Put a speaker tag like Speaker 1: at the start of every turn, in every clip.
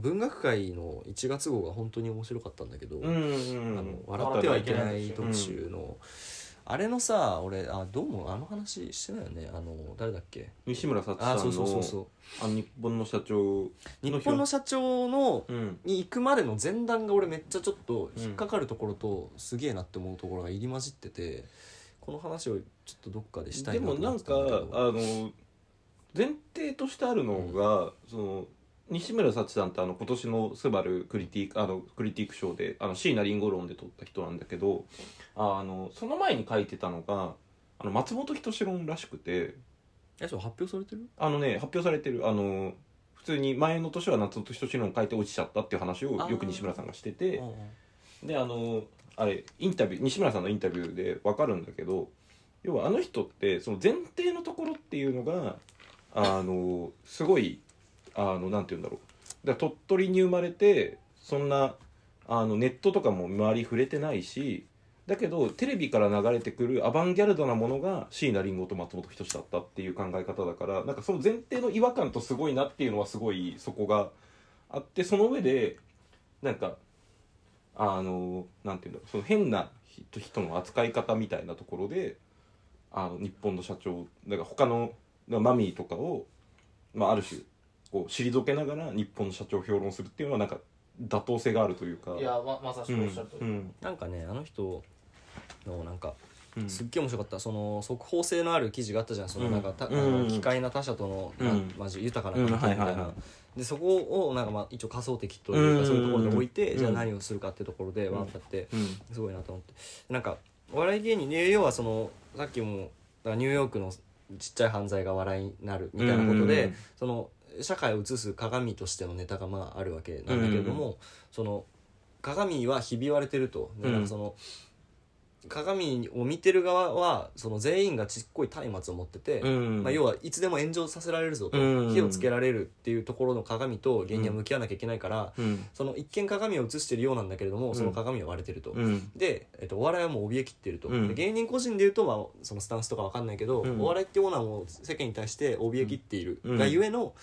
Speaker 1: 文学界の1月号が本当に面白かったんだけど、
Speaker 2: うんうん
Speaker 1: あの笑ってはいけない特集の、あれのさ俺あどうもあの話してないよねあの誰だっけ
Speaker 2: 西村さつさ
Speaker 1: あ
Speaker 2: んの
Speaker 1: そうそうそうそう
Speaker 2: あの日本の社長
Speaker 1: 日本の社長の
Speaker 2: うん
Speaker 1: に行くまでの前段が俺めっちゃちょっと引っかかるところと、すげえなって思うところが入り混じっててこの話をちょっとどっかでしたい
Speaker 2: で
Speaker 1: なと
Speaker 2: もな
Speaker 1: 思っ
Speaker 2: ん
Speaker 1: て
Speaker 2: か
Speaker 1: た
Speaker 2: あ
Speaker 1: だけど
Speaker 2: の前提としてあるのが、その西村幸さんってあの今年の「スバルクリティークあのクリティーク賞であの椎名林檎論で撮った人なんだけどあのその前に書いてたのがあの松本人志論らしくて
Speaker 1: えそう発表されてる
Speaker 2: あのね発表されてるあの普通に前の年は松本人志論書いて落ちちゃったっていう話をよく西村さんがしてて。であのあれインタビュー西村さんのインタビューで分かるんだけど要はあの人ってその前提のところっていうのがあのすごいあのなんて言うんだろうだから鳥取に生まれてそんなあのネットとかも周り触れてないしだけどテレビから流れてくるアバンギャルドなものが椎名林檎と松本人志だったっていう考え方だからなんかその前提の違和感とすごいなっていうのはすごいそこがあってその上でなんかあのなんていうんだろうその変な人人の扱い方みたいなところであの日本の社長だから他のだからマミーとかを、まあ、ある種こう退けながら日本の社長を評論するっていうのはなんか妥当性があるというか。
Speaker 3: いやままさし
Speaker 2: う
Speaker 3: くおっ
Speaker 2: ん
Speaker 3: しゃると
Speaker 2: う
Speaker 3: り
Speaker 2: ん
Speaker 1: なんかねあの人のなんか
Speaker 2: うん
Speaker 1: すっげえ面白かった、その速報性のある記事があったじゃんそのなんか、た
Speaker 2: うん
Speaker 1: あ
Speaker 2: うんう
Speaker 1: の
Speaker 2: ん
Speaker 1: 奇怪な他者との、
Speaker 2: うん
Speaker 1: なんまじ豊かな関係みたいな、
Speaker 2: うんはいはいは
Speaker 1: でそこをなんかまあ一応仮想的というか、
Speaker 2: うん
Speaker 1: そういうところに置いて、
Speaker 2: うん
Speaker 1: じゃあ何をするかっていうところでわーってやって、
Speaker 2: うん
Speaker 1: すごいなと思ってなんかお笑い芸人で要はそのさっきもだからニューヨークのちっちゃい犯罪が笑いになるみたいなことで、
Speaker 2: うん
Speaker 1: その社会を映す鏡としてのネタがまああるわけなんだけれども、その鏡はひび割れてると、で
Speaker 2: うん
Speaker 1: なんかその鏡を見てる側はその全員がちっこい松明を持ってて、
Speaker 2: うん
Speaker 1: まあ、要はいつでも炎上させられるぞと、
Speaker 2: うん
Speaker 1: 火をつけられるっていうところの鏡と芸人は向き合わなきゃいけないから、
Speaker 2: うん
Speaker 1: その一見鏡を映してるようなんだけれどもその鏡は割れてると。
Speaker 2: うん
Speaker 1: で、えっと、お笑いはもう怯えきってると、
Speaker 2: うん
Speaker 1: で芸人個人でいうと、まあ、そのスタンスとかわかんないけど、
Speaker 2: うん
Speaker 1: お笑いっていうものはもう世間に対して怯えきっている
Speaker 2: うん
Speaker 1: がゆえの、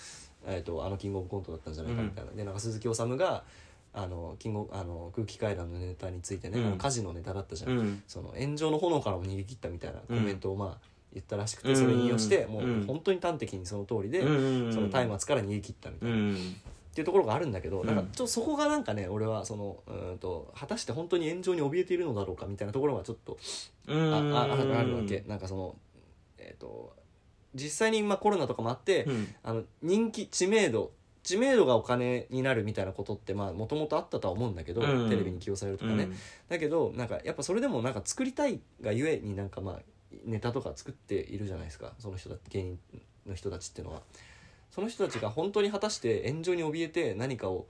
Speaker 1: えっと、あのキングオブコントだったんじゃないかみたいな、でなんか鈴木おさむがあのキングオブあの空気階段のネタについてね、
Speaker 2: うん
Speaker 1: あの火事のネタだったじゃん、
Speaker 2: うん
Speaker 1: その炎上の炎からも逃げ切ったみたいなコメントをまあ、言ったらしくて
Speaker 2: うん
Speaker 1: それに引用して、も
Speaker 2: う
Speaker 1: うん本当に端的にその通りで、
Speaker 2: うん
Speaker 1: その松明から逃げ切ったみたいな
Speaker 2: う、ん
Speaker 1: っていうところがあるんだけど、
Speaker 2: うん
Speaker 1: なんかちょっとそこがなんかね俺はそのうーんと果たして本当に炎上に怯えているのだろうかみたいなところがちょっとあ
Speaker 2: うん
Speaker 1: あああるわけなんかそのえっ、と実際に今コロナとかもあって、
Speaker 2: うん
Speaker 1: あの人気知名度知名度がお金になるみたいなことってもともとあったとは思うんだけど、
Speaker 2: うん
Speaker 1: テレビに起用されるとかね、だけどなんかやっぱそれでもなんか作りたいがゆえになんかまあネタとか作っているじゃないですかその人だ芸人の人たちっていうのはその人たちが本当に果たして炎上に怯えて何かを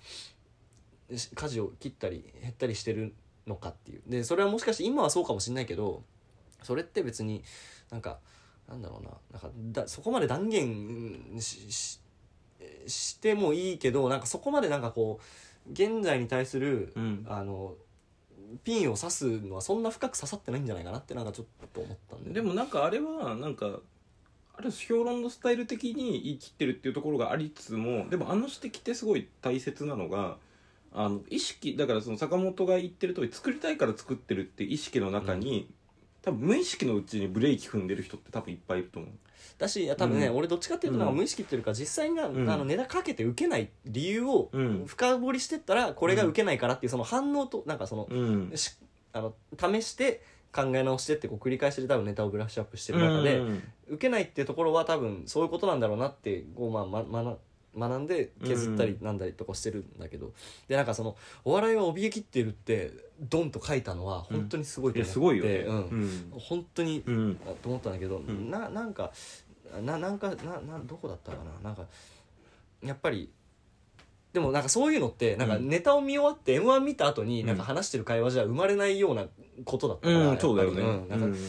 Speaker 1: し舵を切ったり減ったりしてるのかっていうでそれはもしかして今はそうかもしれないけどそれって別になんかなんだろうななんかだそこまで断言うんしししてもいいけどなんかそこまでなんかこう現在に対する
Speaker 2: うん
Speaker 1: あのピンを刺すのはそんな深く刺さってないんじゃないかなってなんかちょっと思ったんで
Speaker 2: でもなんかあれはなんかあれ評論のスタイル的に言い切ってるっていうところがありつつもでもあの指摘ってすごい大切なのがあの意識だからその坂本が言ってる通り作りたいから作ってるって意識の中に、多分無意識のうちにブレーキ踏んでる人って多分いっぱいいると思う。
Speaker 1: だしいや多分ね、
Speaker 2: うん
Speaker 1: 俺どっちかっていうとなんか無意識っていうか実際にな、
Speaker 2: うん
Speaker 1: あの値段かけて受けない理由を
Speaker 2: うん
Speaker 1: 深掘りしてったらこれが受けないからっていうその反応となんかその,、
Speaker 2: うん
Speaker 1: しあの試して考え直してってこう繰り返して多分ネタをブラッシュアップしてる中で、
Speaker 2: うん
Speaker 1: 受けないっていうところは多分そういうことなんだろうなってこう、まあまま、学んで削ったりなんだりとかしてるんだけど、でなんかその「お笑いは怯えきっている」ってドンと書いたのは本当にすごい
Speaker 2: い
Speaker 1: と
Speaker 2: や
Speaker 1: 思って、
Speaker 2: すごいよね。
Speaker 1: うん
Speaker 2: うん
Speaker 1: 本当に、
Speaker 2: うん
Speaker 1: あと思ったんだけど、
Speaker 2: ん
Speaker 1: ななんかななんかななどこだったかななんかやっぱりでもなんかそういうのってなんか
Speaker 2: うん
Speaker 1: ネタを見終わって m 1見た後に
Speaker 2: うん
Speaker 1: なんか話してる会話じゃ生まれないようなことだったから、
Speaker 2: う
Speaker 1: やっぱ
Speaker 2: ん、
Speaker 1: り
Speaker 2: そうだよね。
Speaker 1: うんなんか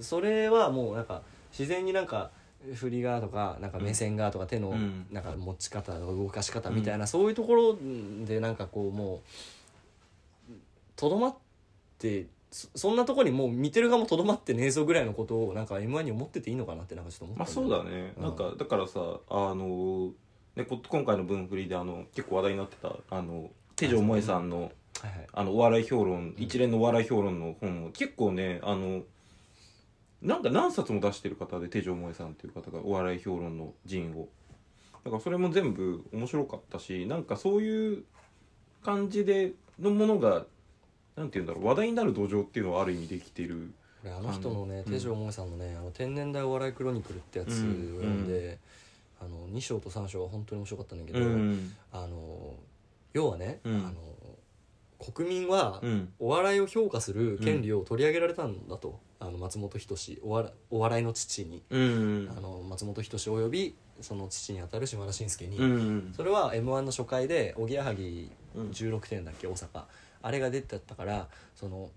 Speaker 1: それはもうなんか自然になんか振りがとかなんか目線がとか手の
Speaker 2: うん
Speaker 1: なんか持ち方動かし方みたいなそういうところでなんかこうもうとどまってそそんなところにもう見てる側もとどまってねえぞぐらいのことをなんか m 1に思ってていいのかなってなんかちょっと思った
Speaker 2: まあ
Speaker 1: ん
Speaker 2: そう
Speaker 1: よ
Speaker 2: だね、
Speaker 1: うん
Speaker 2: なんかだからさあのでこ今回の文振りであの結構話題になってたあの手錠萌えさんの
Speaker 1: はいはい
Speaker 2: あのお笑い評論一連のお笑い評論の本を結構ねあのなんか何冊も出してる方で手錠萌えさんっていう方がお笑い評論の陣をだからそれも全部面白かったしなんかそういう感じでのものがなんて言うんだろう話題になる土壌っていうのはある意味できてる
Speaker 1: 俺あの人のね
Speaker 2: うん
Speaker 1: 手錠萌さんのね「あの天然大お笑いクロニクル」ってやつを読んで、あの2章と3章は本当に面白かったんだけど、
Speaker 2: うん
Speaker 1: あの要はね、
Speaker 2: うん
Speaker 1: あの国民は
Speaker 2: うん
Speaker 1: お笑いを評価する権利を取り上げられたんだと、あの松本人志お笑お笑いの父に、
Speaker 2: うん
Speaker 1: あの松本人志およびその父にあたる島田紳介に、
Speaker 2: うん
Speaker 1: それは m 1の初回でおぎやはぎ
Speaker 2: うん
Speaker 1: 16点だっけ大阪あれが出てたからその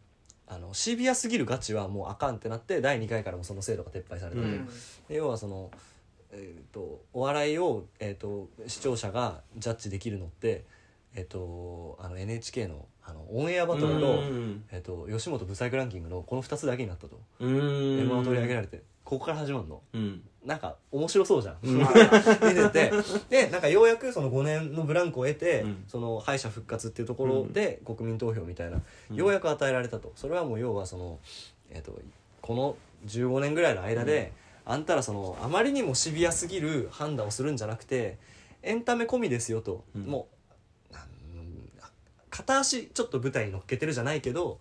Speaker 1: あのシビアすぎるガチはもうあかんってなって第2回からもその制度が撤廃されたと、
Speaker 2: う
Speaker 4: うんん
Speaker 1: で要はその、えー、とお笑いを、えー、と視聴者がジャッジできるのって、えー、とあの NHK のあのオンエアバトルの、
Speaker 2: うん
Speaker 1: えー、と吉本ブサイクランキングのこの2つだけになったと、
Speaker 2: う
Speaker 1: m 1を
Speaker 2: ん
Speaker 1: 取り上げられてここから始まるの
Speaker 2: うん
Speaker 1: なんか面白そうじゃん、
Speaker 2: ん
Speaker 1: 出ててでなんかようやくその5年のブランクを得て、
Speaker 2: うん
Speaker 1: その敗者復活っていうところで国民投票みたいな、ようやく与えられたとそれはもう要はその、えっとこの15年ぐらいの間で、あんたらそのあまりにもシビアすぎる判断をするんじゃなくてエンタメ込みですよと、
Speaker 2: うん
Speaker 1: もうなん片足ちょっと舞台に乗っけてるじゃないけど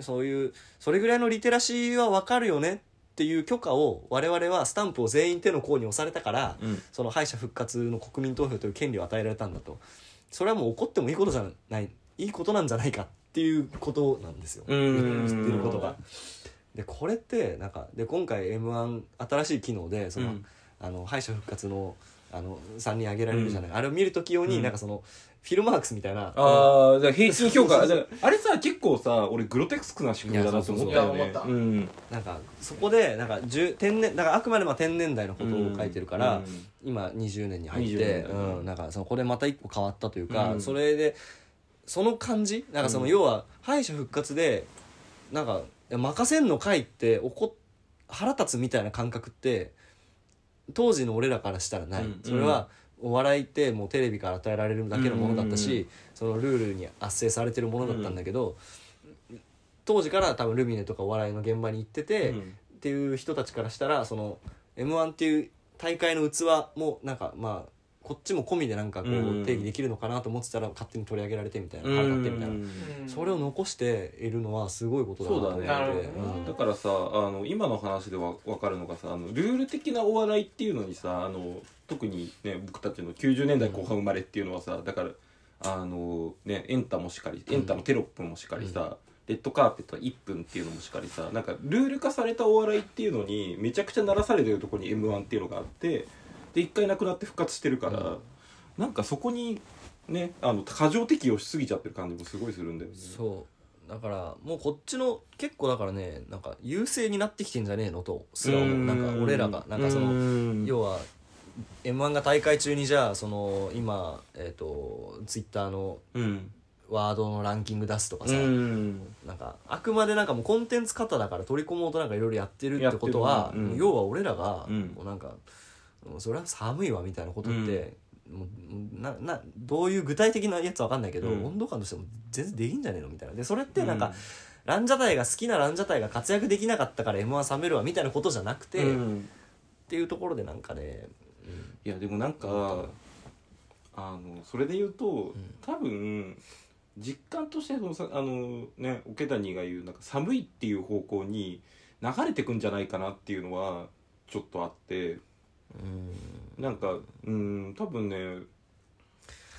Speaker 1: そういうそれぐらいのリテラシーは分かるよねっていう許可を我々はスタンプを全員手の甲に押されたから、
Speaker 2: うん
Speaker 1: その敗者復活の国民投票という権利を与えられたんだとそれはもう怒ってもいいことじゃないいいことなんじゃないかっていうことなんですよ
Speaker 2: う
Speaker 1: 言
Speaker 2: ん
Speaker 1: ってることが。でこれってなんかで今回 m 1新しい機能でその、
Speaker 2: うん
Speaker 1: あの敗者復活のあの3人挙げられるじゃない、あれを見る時用に、なんかそのフィルマークスみたいな
Speaker 2: ああ、だから平均評価。
Speaker 1: そうそう
Speaker 2: だからあれさ、結構さ、俺グロテクスクな仕組みだなと思ったよ
Speaker 4: いや
Speaker 2: ね。
Speaker 4: そうそうそう
Speaker 2: うん。
Speaker 1: なんかそこでなんか10天然だからあくまでも天然代のことを書いてるから、
Speaker 2: うん
Speaker 1: 今20年に入っ
Speaker 2: 20
Speaker 1: て、
Speaker 2: 年だね
Speaker 1: うん、なんかそのこれまた一個変わったというか、
Speaker 2: うん
Speaker 1: それでその感じなんかその
Speaker 2: うん
Speaker 1: 要は敗者復活でなんかいや任せんのかいって怒っ腹立つみたいな感覚って当時の俺らからしたらない、
Speaker 2: うん
Speaker 1: それはお笑いってもうテレビから与えられるだけのものだったし、そのルールに圧政されてるものだったんだけど、当時から多分ルミネとかお笑いの現場に行ってて、
Speaker 2: うん
Speaker 1: っていう人たちからしたらその m 1っていう大会の器もなんかまあこっちも込みでなんかこ
Speaker 2: うんう
Speaker 1: うん定義できるのかなと思ってたら勝手に取り上げられてみたいな腹立ってみたいな
Speaker 4: うん
Speaker 1: それを残しているのはすごいことだなと思って
Speaker 2: そうだ
Speaker 4: ね
Speaker 1: うん
Speaker 2: だからさあの今の話でわ分かるのがさあのルール的なお笑いっていうのにさあの特に、ね、僕たちの90年代後半生まれっていうのはさだからあの、ね、エンタもしかりエンタのテロップもしかりさ、レッドカーペット1分っていうのもしかりさなんかルール化されたお笑いっていうのにめちゃくちゃ鳴らされてるとこに m 1っていうのがあってで一回なくなって復活してるから、
Speaker 1: うん
Speaker 2: なんかそこにねあの過剰適用しすぎちゃってる感じもすごいするんだよね。
Speaker 1: そうだからもうこっちの結構だからねなんか優勢になってきてんじゃねえのとすら思うなんか俺らがなんかその
Speaker 2: の
Speaker 1: 要は m 1が大会中にじゃあその今えっとツイッターの
Speaker 2: うん
Speaker 1: ワードのランキング出すとかさ、
Speaker 2: うん
Speaker 1: なんかあくまでなんかもうコンテンツ型だから取り込もうとなんかいろいろやってるってこと
Speaker 2: やっ
Speaker 1: は、
Speaker 2: てるねうん
Speaker 1: 要は俺らが
Speaker 2: うん
Speaker 1: もうなんか、もうそれは寒いわみたいなことって、もうななどういう具体的なやつは分かんないけど、
Speaker 2: うん
Speaker 1: 温度感としても全然できんじゃねえのみたいなでそれってなんか、
Speaker 2: うん
Speaker 1: ランジャタイが好きなランジャタイが活躍できなかったから m 1冷めるわみたいなことじゃなくて、っ
Speaker 2: うん
Speaker 1: ていうところでなんかね、
Speaker 2: いやでもなんかあのそれで言うと、多分実感としてそのさあのね桶谷が言うなんか寒いっていう方向に流れてくんじゃないかなっていうのはちょっとあって
Speaker 1: うん
Speaker 2: なんかうん多分ね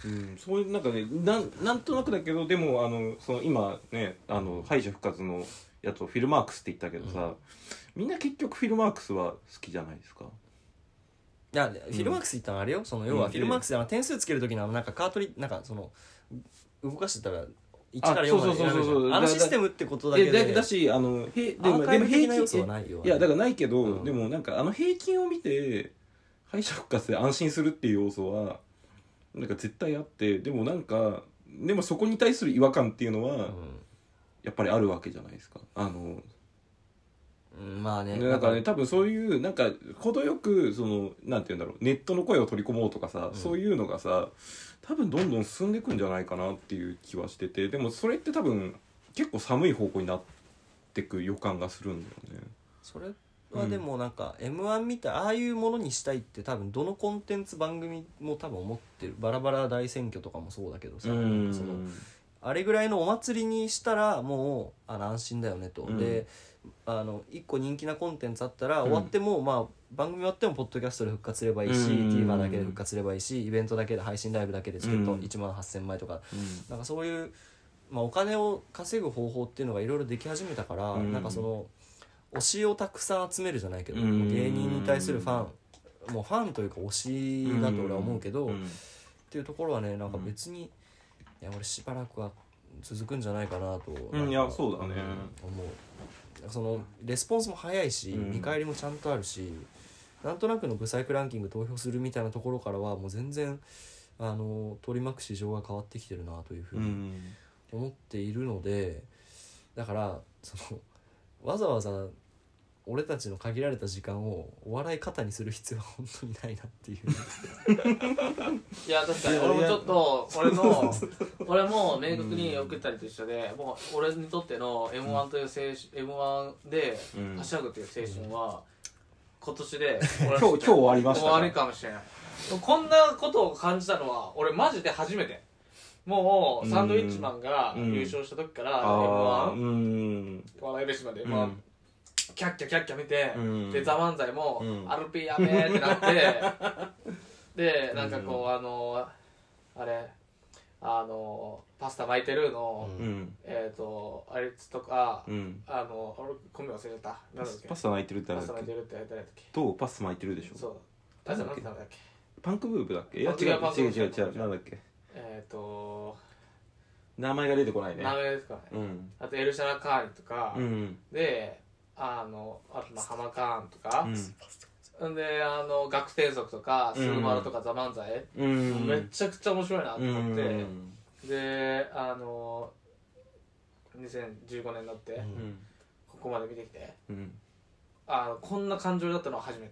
Speaker 2: うん、そういうなんかねなんなんとなくだけどでもあのその今ねあの敗者復活のやつをフィルマークスって言ったけどさ、みんな結局フィルマークスは好きじゃないですか。
Speaker 1: いや、フィルマックス行ったのあれよその要は
Speaker 2: うん
Speaker 1: フィルマックスであの点数つける時のあのなんかカートリなんかその動かしてたら1
Speaker 2: あ
Speaker 1: から4まで
Speaker 2: そうそうそうそ
Speaker 1: 選べ
Speaker 2: う
Speaker 1: るじゃんあの
Speaker 2: だ
Speaker 1: システムってことだけ
Speaker 2: えだ
Speaker 1: で
Speaker 2: だしあのへで
Speaker 1: ア
Speaker 2: も
Speaker 1: ーカ
Speaker 2: で
Speaker 1: イ
Speaker 2: も
Speaker 1: ブ的な
Speaker 2: 平
Speaker 1: 要素は
Speaker 2: 均
Speaker 1: ないよ
Speaker 2: いやだからないけど、
Speaker 1: うん
Speaker 2: でもなんかあの平均を見て敗者復活で安心するっていう要素はなんか絶対あってでもなんかでもそこに対する違和感っていうのは
Speaker 1: うん
Speaker 2: やっぱりあるわけじゃないですかあの
Speaker 1: うんまあね
Speaker 2: ねなんかね多分そういうなんか程よくそのなんて言うんだろうネットの声を取り込もうとかさ、
Speaker 1: うん
Speaker 2: そういうのがさ多分どんどん進んでいくんじゃないかなっていう気はしててでもそれって多分結構寒い方向になってく予感がするんだよね。
Speaker 1: それはでもなんか m 1みたいああいうものにしたいって多分どのコンテンツ番組も多分思ってるバラバラ大選挙とかもそうだけどさなんかそのあれぐらいのお祭りにしたらもうあの安心だよねと、
Speaker 2: うん
Speaker 1: であの一個人気なコンテンツあったら
Speaker 2: うん
Speaker 1: 終わっても、まあ番組終わってもポッドキャストで復活すればいいし、
Speaker 2: うん
Speaker 1: TVer だけで復活すればいいしイベントだけで配信ライブだけでチケット
Speaker 2: うん
Speaker 1: 1万8,000枚とか、
Speaker 2: う
Speaker 1: なんかそういう、まあ、お金を稼ぐ方法っていうのがいろいろでき始めたから、
Speaker 2: うん
Speaker 1: なんかその推しをたくさん集めるじゃないけど、
Speaker 2: うん
Speaker 1: 芸人に対するファンもうファンというか推しだと俺は思うけど、
Speaker 2: ん
Speaker 1: っ
Speaker 2: ん
Speaker 1: ていうところはねなんか別に、いや俺しばらくは続くんじゃないかなと、
Speaker 2: うん
Speaker 1: なんか
Speaker 2: いやそうだね
Speaker 1: うん思うなんかそのレスポンスも早いし、
Speaker 2: うん
Speaker 1: 見返りもちゃんとあるしなんとなくのブサイクランキング投票するみたいなところからはもう全然あの取り巻く市場が変わってきてるなというふう
Speaker 2: う
Speaker 1: に
Speaker 2: ん
Speaker 1: 思っているのでだからそのわざわざ俺たちの限られた時間をお笑い方にする必要は本当にないなって いう
Speaker 4: いや確かに俺もちょっと俺の 俺も明確に送ったりと一緒で、もう俺にとっての m 1という青春、m 1で「
Speaker 2: うん
Speaker 4: はしゃぐ」という青春は、今年で俺
Speaker 2: 今
Speaker 4: は
Speaker 2: 日今日終わりました
Speaker 4: 終わりかもしれないこんなことを感じたのは俺マジで初めてもうサンドウィッチマンが
Speaker 2: うん
Speaker 4: 優勝した時から
Speaker 2: あ
Speaker 4: m
Speaker 2: あ
Speaker 4: 1
Speaker 2: うん
Speaker 4: 笑い飯まで
Speaker 2: うん
Speaker 4: m 1キャッキャキャッキャ見て、
Speaker 2: うん
Speaker 4: で「ザ漫才も
Speaker 2: う
Speaker 4: 「
Speaker 2: ん
Speaker 4: アルピーやべ」って なってでなんかこうあのあれあのパスタ巻いてるのを、
Speaker 1: うん
Speaker 2: うん
Speaker 4: えっ、とあれつとか、
Speaker 2: うん
Speaker 4: あの俺米忘れちゃったな
Speaker 2: パ
Speaker 4: んだっ
Speaker 2: ス
Speaker 4: け
Speaker 2: パスタ巻いてるって
Speaker 4: パ
Speaker 2: 誰
Speaker 4: スタ
Speaker 2: だ
Speaker 4: 巻い
Speaker 2: ってけ
Speaker 4: るって誰だっけ
Speaker 2: とパスタ巻いてるでしょ
Speaker 4: そうパスタ巻いてたんだっけ
Speaker 2: パンクブーブだっけいや
Speaker 4: あ
Speaker 2: 違う
Speaker 4: 違うパンク
Speaker 2: 違
Speaker 4: ブ
Speaker 2: う
Speaker 4: ーブ
Speaker 2: 違う違うなんだっけ
Speaker 4: えっ、と
Speaker 2: 名前が出てこないね
Speaker 4: 名前ですかね、
Speaker 2: うん
Speaker 4: あとエルシャラカーニとか、
Speaker 2: うん
Speaker 4: であのあとまあハマカーンとか
Speaker 2: う、ん
Speaker 4: ん、であの学天則とかスーマルとかザ漫才、
Speaker 2: うん
Speaker 4: めちゃくちゃ面白いなと思って、
Speaker 2: うん
Speaker 4: であの2015年になって、
Speaker 1: ん
Speaker 4: ここまで見てきて
Speaker 2: うん
Speaker 4: あのこんな感情だったのは初めて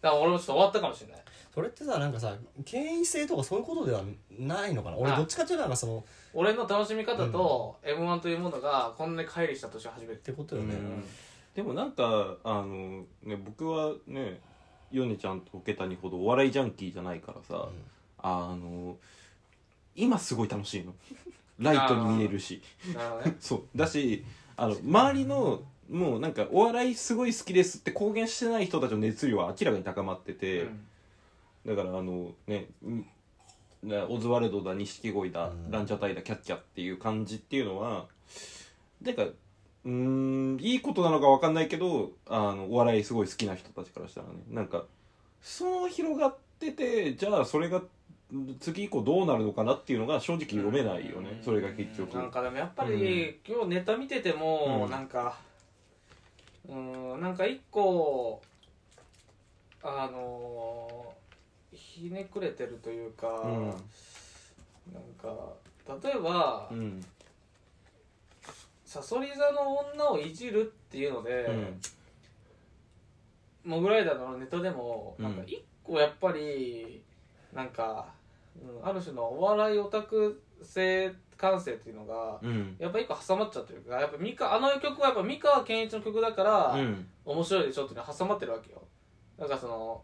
Speaker 4: だから俺もちょっと終わったかもしれない
Speaker 1: それってさなんかさ権威性とかそういうことではないのかな俺
Speaker 4: あ
Speaker 1: どっちかっていうとなんかその
Speaker 4: 俺の楽しみ方と m 1というものがこんなに乖離した年は初め
Speaker 1: っててことよね、
Speaker 2: うんでもなんかあのね僕はねヨネちゃんとケタニほどお笑いジャンキーじゃないからさ、
Speaker 1: ん
Speaker 2: あの今すごい楽しいのライトに見えるし
Speaker 4: なるほどね
Speaker 2: そうだしあの周りのもうなんかお笑いすごい好きですって公言してない人たちの熱量は明らかに高まってて、
Speaker 4: うん
Speaker 2: だからあのねんなオズワルドだ錦鯉だ、
Speaker 1: うん
Speaker 2: ランチャタイだキャッキャっていう感じっていうのはなんかうーんいいことなのかわかんないけどあのお笑いすごい好きな人たちからしたらねなんかそう広がっててじゃあそれが次以降どうなるのかなっていうのが正直読めないよね、
Speaker 4: うん
Speaker 2: それが結局
Speaker 4: なんかでもやっぱり、
Speaker 2: うん
Speaker 4: 今日ネタ見てても、
Speaker 2: うん
Speaker 4: なんかうんなんか一個あのーひねくれてるというか、
Speaker 2: うん
Speaker 4: なんか例えば、
Speaker 2: うん
Speaker 4: サソリ座の女をいじるっていうので、
Speaker 2: うん
Speaker 4: モグライダーのネタでも
Speaker 2: うん
Speaker 4: なんか一個やっぱりなんか、うん、ある種のお笑いオタク性感性っていうのが
Speaker 2: うん
Speaker 4: やっぱ一個挟まっちゃってるからやっぱミカあの曲はやっぱ三河健一の曲だから、
Speaker 2: うん
Speaker 4: 面白いでしょっていうのは挟まってるわけよなんかその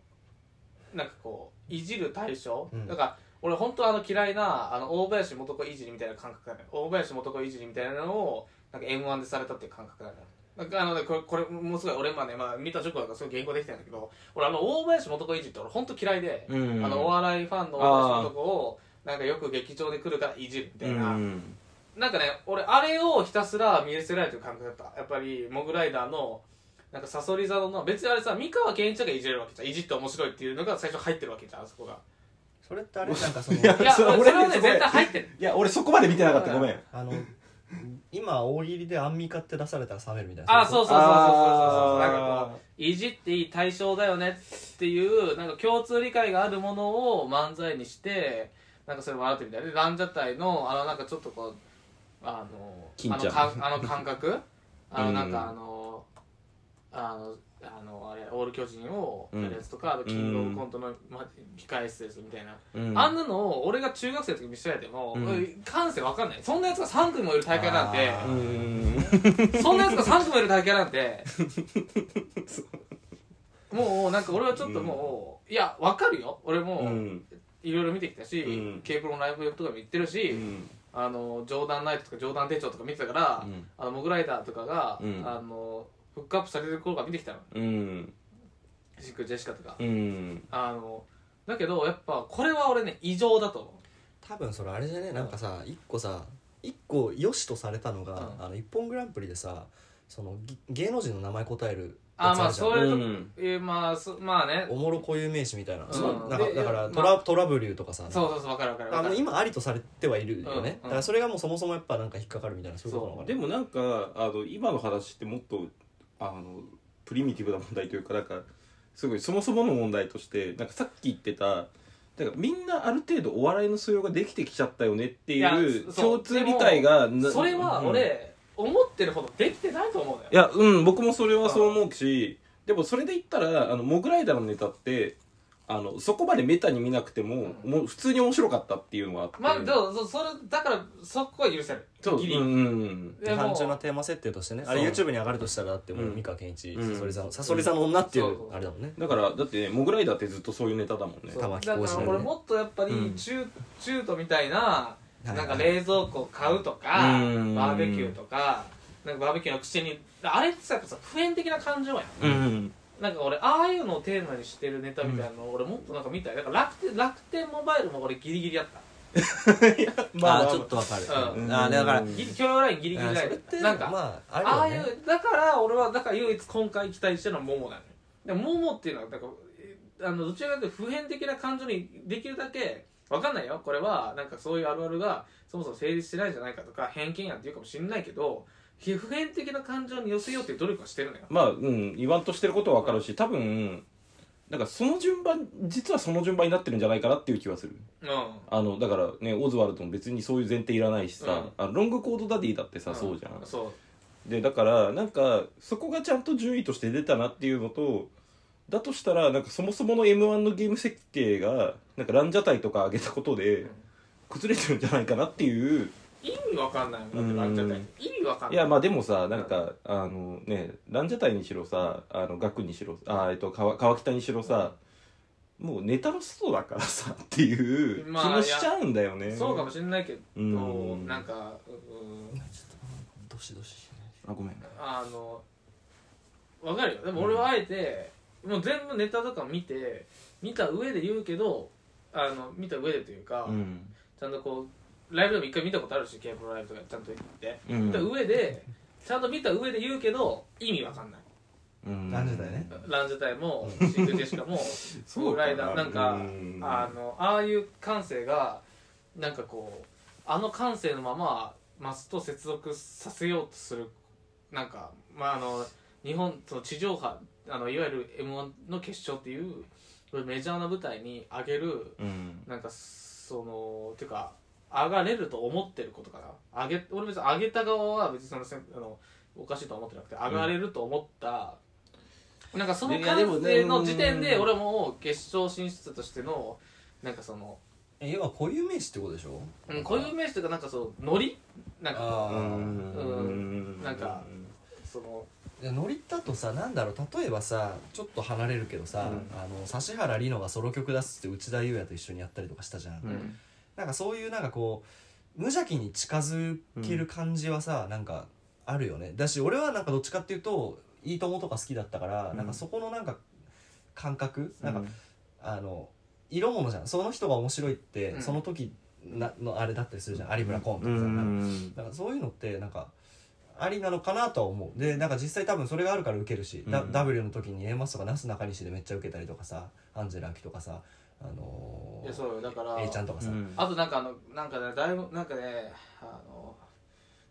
Speaker 4: なんかこういじる対象、
Speaker 1: うん
Speaker 4: なんか俺本当あの嫌いなあの大林素子いじりみたいな感覚だね大林素子いじりみたいなのをなんか m 1でされたっていう感覚だねなんかあのねこれこれもうすごい俺まあね、まあ、見た直後だからすごい原稿できたんだけど俺あの大林素子いじりって俺本当嫌いで、
Speaker 2: うん
Speaker 4: あのお笑いファンの大林素子をなんかよく劇場で来るからいじるみたいな、
Speaker 2: うん
Speaker 4: なんかね俺あれをひたすら見せられてる感覚だったやっぱりモグライダーのなんかサソリ座の別にあれさ三河健一がいじれるわけじゃんいじって面白いっていうのが最初入ってるわけじゃんあそこが
Speaker 1: それってあれなんかその
Speaker 2: いや
Speaker 4: いや そ
Speaker 2: それ
Speaker 4: れ
Speaker 2: 俺
Speaker 4: はね
Speaker 2: そ
Speaker 4: 絶
Speaker 2: れ
Speaker 4: 対入ってる
Speaker 2: いや俺そこまで見てなかったごめん
Speaker 1: あの今大喜利でアンミカって出されたら冷めるみたいな
Speaker 4: あそうそうそうそうそうそうなんかこういじっていい対象だよねっていうなんか共通理解があるものを漫才にしてなんかそれ笑ってみたいでランジャタイのあのなんかちょっとこうあの
Speaker 2: 金ちゃん
Speaker 4: あのかんあの感覚あのなん
Speaker 2: う
Speaker 4: か
Speaker 2: ん
Speaker 4: あのあのあのあれオール巨人をやるやつとか、あとキングオブコントの、ま、控え室ですみたいな、
Speaker 2: うん
Speaker 4: あんなのを俺が中学生の時見せられても、
Speaker 2: うん
Speaker 4: うん感性わかんないそんなやつが3組もいる大会なんて
Speaker 1: あ
Speaker 2: うーん
Speaker 4: そんなやつが3組もいる大会なんてもうなんか俺はちょっともう、いやわかるよ俺も、
Speaker 2: うん
Speaker 4: いろいろ見てきたし、
Speaker 2: うん
Speaker 4: K プロのライブとかも行ってるし、
Speaker 2: うん
Speaker 4: あのジョーダンナイトとかジョーダン手帳とか見てたから、
Speaker 2: うん
Speaker 4: あのモグライダーとかが、
Speaker 2: うん
Speaker 4: あのフックアップされてる頃から見てきたの
Speaker 2: うん
Speaker 4: シックジェシカとか、
Speaker 2: うん
Speaker 4: あのだけどやっぱこれは俺ね異常だと思
Speaker 1: 多分それあれじゃねなんかさ一個さ一個良しとされたのが、
Speaker 4: うん
Speaker 1: あの一本グランプリでさそのぎ芸能人の名前答える
Speaker 4: あ
Speaker 1: やつるじゃん
Speaker 4: まあそれ
Speaker 2: うん
Speaker 4: う、えーまあそまあね
Speaker 1: おもろ固有名詞みたいな、
Speaker 4: うん
Speaker 1: そのなんか
Speaker 4: で
Speaker 1: だから
Speaker 4: まあ
Speaker 1: トラ,、トラブリューとかさ
Speaker 4: そうそうそうわかるわかるわ
Speaker 1: あ
Speaker 4: か
Speaker 1: の
Speaker 4: る
Speaker 1: 今ありとされてはいるよね、
Speaker 4: うんうん
Speaker 1: だからそれがもうそもそもやっぱなんか引っかかるみたいなそういうことなのか
Speaker 2: でもなんかあの今の話ってもっとあのプリミティブな問題というかなんかすごいそもそもの問題としてなんかさっき言ってたなんかみんなある程度お笑いの素養ができてきちゃったよねって
Speaker 4: い
Speaker 2: い
Speaker 4: や
Speaker 2: う
Speaker 4: そ
Speaker 2: 共
Speaker 4: う
Speaker 2: 通理解がな
Speaker 4: それは
Speaker 2: うん
Speaker 4: 俺、思ってるほどできてないと思うのよ
Speaker 2: いやうん僕もそれはそう思うしでもそれで言ったらあのモグライダーのネタってあのそこまでメタに見なくても,、
Speaker 4: うん
Speaker 2: もう普通に面白かったっていうのはあって
Speaker 4: まあでもそそれだからそこは許せる
Speaker 2: そう
Speaker 4: ギリ、
Speaker 2: うんうんうん
Speaker 1: な
Speaker 4: で
Speaker 1: 単
Speaker 4: も
Speaker 1: 純なテーマ設定としてねあれ
Speaker 2: そう
Speaker 1: YouTube に上がるとしたらだってもう
Speaker 2: うん
Speaker 1: 三河健一、
Speaker 2: うん
Speaker 1: さそり座のさそり座の女ってい
Speaker 4: そう
Speaker 1: う
Speaker 4: そう
Speaker 1: あれだもんね
Speaker 2: だからだってねモグライダーってずっとそういうネタだもんね
Speaker 4: そう
Speaker 1: 玉木
Speaker 4: だ
Speaker 1: 浩
Speaker 4: か
Speaker 1: 二
Speaker 4: ら
Speaker 1: のね
Speaker 4: 俺もっとやっぱり
Speaker 2: うん
Speaker 4: 中,、中途みたいな
Speaker 1: は
Speaker 4: ないんか冷蔵庫を買うとか
Speaker 2: うん
Speaker 4: バーベキューとかなんかバーベキューの口にあれってさやっぱさ普遍的な感情やん
Speaker 2: うん
Speaker 4: なんか俺ああいうのをテーマにしてるネタみたいなのを俺もっとなんか見たいだから楽天楽天モバイルも俺ギリギリやった
Speaker 1: あーちょっとわかる、
Speaker 4: う
Speaker 1: あーだから、
Speaker 2: うん
Speaker 4: ギリ許容ラインギリギリ
Speaker 1: あー
Speaker 4: ラ
Speaker 1: そ
Speaker 4: イ
Speaker 1: れ
Speaker 4: ンだ
Speaker 1: っ
Speaker 4: った
Speaker 1: て
Speaker 4: なんか、
Speaker 1: まあ
Speaker 4: あ
Speaker 1: あ
Speaker 4: あ
Speaker 1: るよね
Speaker 4: いうだから俺はだから唯一今回期待してるのはモモなのよでもモモっていうのはなんかえあのどちらかというと普遍的な感情にできるだけわかんないよこれはなんかそういうあるあるがそもそも成立してないんじゃないかとか偏見やっていうかもしれないけどひ普遍的な感情に寄せようっていう努力はしてるのよ
Speaker 2: まあうん言わんとしてることは分かるし多分なんかその順番実はその順番になってるんじゃないかなっていう気はする
Speaker 4: う
Speaker 2: あのだからねオズワルドも別にそういう前提いらないしさ、あのロングコードダディだってさ、
Speaker 4: ん
Speaker 2: そうじゃん
Speaker 4: そう
Speaker 2: でだからなんかそこがちゃんと順位として出たなっていうのとだとしたらなんかそもそもの m 1のゲーム設計がなんかランジャタイとか上げたことで
Speaker 4: ん
Speaker 2: 崩れてるんじゃないかなっていう
Speaker 4: 意味わかんないもんだってランジャタイ意味わかんない
Speaker 2: いやまあでもさなんかあのねランジャタイにしろさあのガクにしろあえっと川川北にしろさもうネタの外だからさっていう気
Speaker 4: まあ
Speaker 2: もしちゃうんだよね、
Speaker 4: そうかもしれないけど、
Speaker 2: うん
Speaker 4: なんか、うん、
Speaker 1: どしどし
Speaker 2: あごめん
Speaker 4: あのわかるよでも俺はあえて、もう全部ネタとか見て見た上で言うけどあの見た上でというか、
Speaker 2: うん
Speaker 4: ちゃんとこうライブでも一回見たことあるし k プロライブとかちゃんと行って、
Speaker 2: うん
Speaker 4: 見た上でちゃんと見た上で言うけど意味わかんない
Speaker 2: うん
Speaker 1: ランジャタイね
Speaker 4: ランジャタイもシングルジェシカも
Speaker 2: そうかな
Speaker 4: モグライダーなんか
Speaker 2: うん
Speaker 4: あのああいう感性がなんかこうあの感性のままマスと接続させようとするなんかまああの日本その地上波あのいわゆる m 1の決勝っていうメジャーな舞台に上げる
Speaker 2: うん
Speaker 4: なんかそのていうか上がれると思ってることかな上げ俺別に上げた側は別にそのせんあのおかしいとは思ってなくて上がれると思った、なんかその
Speaker 2: いや
Speaker 4: 感
Speaker 2: でも
Speaker 4: 性の
Speaker 2: ね
Speaker 4: 時点で
Speaker 2: うん
Speaker 4: 俺も決勝進出としてのなんかその、
Speaker 1: え要は固有名詞ってことでしょ
Speaker 4: うん、固有名詞というかなんかそうノリなんか
Speaker 1: あ
Speaker 2: う
Speaker 1: ー
Speaker 2: ん
Speaker 4: うんなんかその
Speaker 1: いやノリだとさなんだろう例えばさちょっと離れるけどさ、
Speaker 2: うん
Speaker 1: あの指原莉乃がソロ曲出すって内田裕也と一緒にやったりとかしたじゃん、
Speaker 2: うん
Speaker 1: なんかそういうなんかこう無邪気に近づける感じはさ、なんかあるよねだし俺はなんかどっちかっていうと「いいとも」とか好きだったから、
Speaker 2: うん
Speaker 1: なんかそこのなんか感覚なんか、
Speaker 2: うん
Speaker 1: あの色物じゃんその人が面白いって、
Speaker 4: うん
Speaker 1: その時なのあれだったりするじゃん有村コンと
Speaker 2: う
Speaker 1: かさ、なんか
Speaker 2: ん
Speaker 1: だからそういうのってなんかありなのかなとは思うでなんか実際多分それがあるから受けるし、ダ
Speaker 2: うん
Speaker 1: W の時に A マスとかなすなかにしでめっちゃ受けたりとかさアンジェラ・アキとかさあの
Speaker 4: いやそうよだから
Speaker 1: ー、A ちゃんとかさ、
Speaker 2: うん
Speaker 4: あとなんかあのなんかねだいぶなんかねあの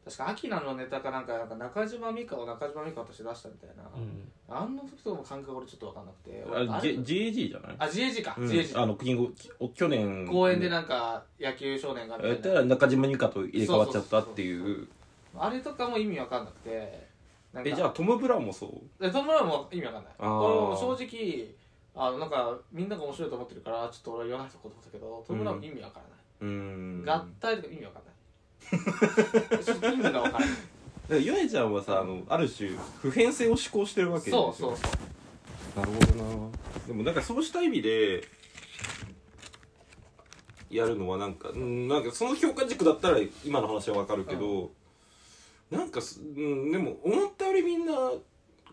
Speaker 4: 確かアキナのネタかなんかなんか中島美香を中島美香として出したみたいな、
Speaker 1: うん
Speaker 4: あの時との感覚が俺ちょっと分かんなくて
Speaker 2: あ
Speaker 4: れ
Speaker 2: G- GAG じゃない
Speaker 4: あ GAG か、
Speaker 2: うん
Speaker 4: GAG
Speaker 2: あのキングお去年
Speaker 4: 公園でなんか野球少年がみた
Speaker 2: や
Speaker 4: い
Speaker 2: っ
Speaker 4: な
Speaker 2: たら中島美香と入れ替わっちゃったっていう
Speaker 4: あれとかも意味わかんなくてなんか
Speaker 2: えじゃあトム・ブラウンもそう
Speaker 4: でトム・ブラウンも意味わかんない
Speaker 2: あー
Speaker 4: 俺も正直あのなんかみんなが面白いと思ってるからちょっと俺は言わないとことだけどトム・ブラウン意味わからない、
Speaker 2: うーん
Speaker 4: 合体とか意味わかん ないちょっと意味がわからない
Speaker 2: だからゆえちゃんはさあのある種普遍性を思考してるわけ
Speaker 4: そうそうそう
Speaker 2: なるほどなでもなんかそうした意味でやるのはなんかうんなんかその評価軸だったら今の話はわかるけど、なんかす、うん、でも思ったよりみんな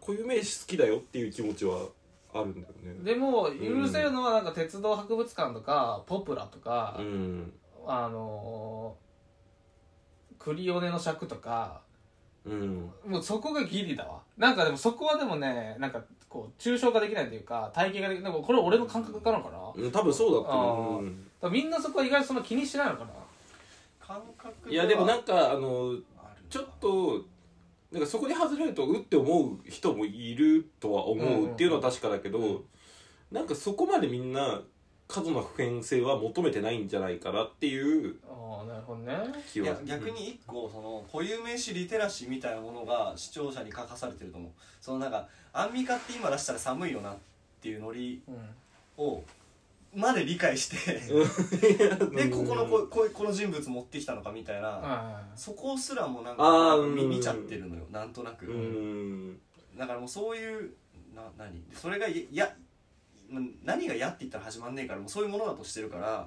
Speaker 2: 固有名詞好きだよっていう気持ちはあるんだよね
Speaker 4: でも許せるのはなんか鉄道博物館とかポプラとか、
Speaker 2: うん
Speaker 4: あのークリオネの尺とか
Speaker 2: うん
Speaker 4: もうそこがギリだわなんかでもそこはでもねなんかこう抽象化できないというか体系ができないこれ俺の感覚からかな、だか
Speaker 2: うん多分そうだった
Speaker 4: あーらみんなそこは意外とそんな気にしないのかな
Speaker 1: 感覚
Speaker 2: いやでもなんかあの
Speaker 1: ある
Speaker 2: ちょっとなんかそこで外れるとうって思う人もいるとは思うっていうのは確かだけど、なんかそこまでみんな過度な普遍性は求めてないんじゃないかなっていう
Speaker 4: ああなるほどね
Speaker 2: 気
Speaker 1: い
Speaker 2: は
Speaker 1: や逆に一個その固有名詞リテラシーみたいなものが視聴者に書かされてると思うそのなんかアンミカって今出したら寒いよなっていうノリ
Speaker 4: うん
Speaker 1: をまで理解してでここのこここの人物持ってきたのかみたいな、
Speaker 4: あ
Speaker 1: そこすらもなんか
Speaker 2: あー
Speaker 1: 見
Speaker 2: うん
Speaker 1: 見ちゃってるのよなんとなく、
Speaker 2: うん
Speaker 1: だからもうそういうな何でそれがいやうん何が嫌って言ったら始まんねえからもうそういうものだとしてるから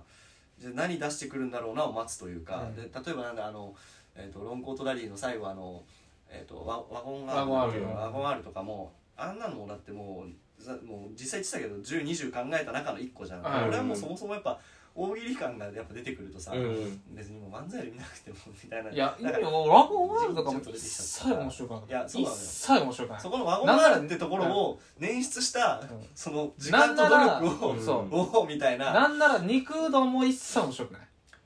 Speaker 1: じゃあ何出してくるんだろうなを待つというか、
Speaker 4: うん
Speaker 1: で例えばなんだあの、えー、とロングコートダディの最後あの、えー、とワワゴンが
Speaker 4: ワゴン R
Speaker 1: うんワゴン R とかもあんなのだってもうざもう実際言ってたけど1020考えた中の1個じゃん、
Speaker 4: うん
Speaker 1: 俺はもうそもそもやっぱ大喜利感がやっぱ出てくるとさ、
Speaker 2: うん
Speaker 1: 別にもう漫才より見なくてもみたいない
Speaker 4: や今
Speaker 1: だから
Speaker 4: もうラゴンワールドとかも一切面白くなかっ
Speaker 1: いや
Speaker 4: た
Speaker 1: そう
Speaker 4: 一
Speaker 1: なのよ
Speaker 4: 切面白くない
Speaker 1: そこのワゴンあるってところを捻出した、
Speaker 4: ん
Speaker 1: その時
Speaker 4: な
Speaker 1: 間
Speaker 4: ん
Speaker 1: と
Speaker 4: なら
Speaker 1: 努力を、
Speaker 2: うん
Speaker 4: そう
Speaker 1: おおみたいな
Speaker 4: なんなら肉うどんも一切面白くない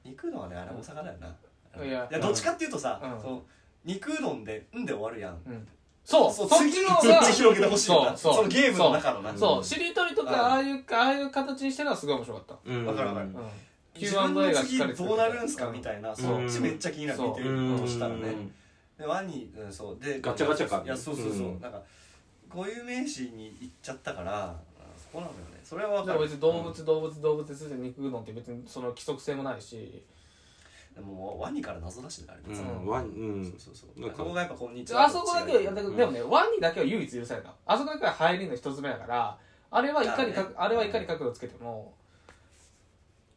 Speaker 1: 肉うどんはねあれ大阪だよな、
Speaker 4: いや
Speaker 1: どっちかっていうとさ、
Speaker 4: うん
Speaker 1: その肉うどんで「ん」で終わるやん、
Speaker 4: うんそう
Speaker 1: そ
Speaker 4: そうっちの方が
Speaker 1: そっち広げてほしいよな
Speaker 4: そう
Speaker 1: そのゲームの中のな
Speaker 4: そう
Speaker 2: う
Speaker 4: そ
Speaker 2: ん
Speaker 4: うしりとりと
Speaker 1: うん
Speaker 4: かああいうああいう形にしてるのはすごい面白かった
Speaker 2: うん
Speaker 1: わかるわかる
Speaker 4: うん
Speaker 1: 自分の
Speaker 4: Q&A がし
Speaker 1: 次
Speaker 4: っかり作
Speaker 1: ど
Speaker 4: れ
Speaker 1: う
Speaker 4: て
Speaker 1: なるんすか、
Speaker 4: うん
Speaker 1: みたいなそ
Speaker 2: うん
Speaker 1: っちめっちゃ気になる
Speaker 4: そう
Speaker 1: 見て
Speaker 2: う
Speaker 1: る
Speaker 2: ん
Speaker 1: としたらね、でワニうんそうで
Speaker 2: ガチャガチャ感
Speaker 1: いやそうそうそう、
Speaker 2: うん
Speaker 1: なんかこういう名詞に行っちゃったからあそこなのよねそれはわ
Speaker 4: で
Speaker 1: か
Speaker 4: も
Speaker 1: る
Speaker 4: 別に動物動物動物について肉うどんって別にその規則性もないし
Speaker 1: でもワニから謎だしねあれ
Speaker 2: う
Speaker 1: 別に
Speaker 2: んワンうん
Speaker 1: そうそうそ
Speaker 2: な
Speaker 1: うん
Speaker 2: か
Speaker 1: ここがやっぱこんにちは
Speaker 4: あそこだけはいやだけど
Speaker 2: うん
Speaker 4: でもねワニだけは唯一許されたあそこだけは入りの一つ目だからあれはいかにか
Speaker 1: あね
Speaker 4: あれはいかに角度つけても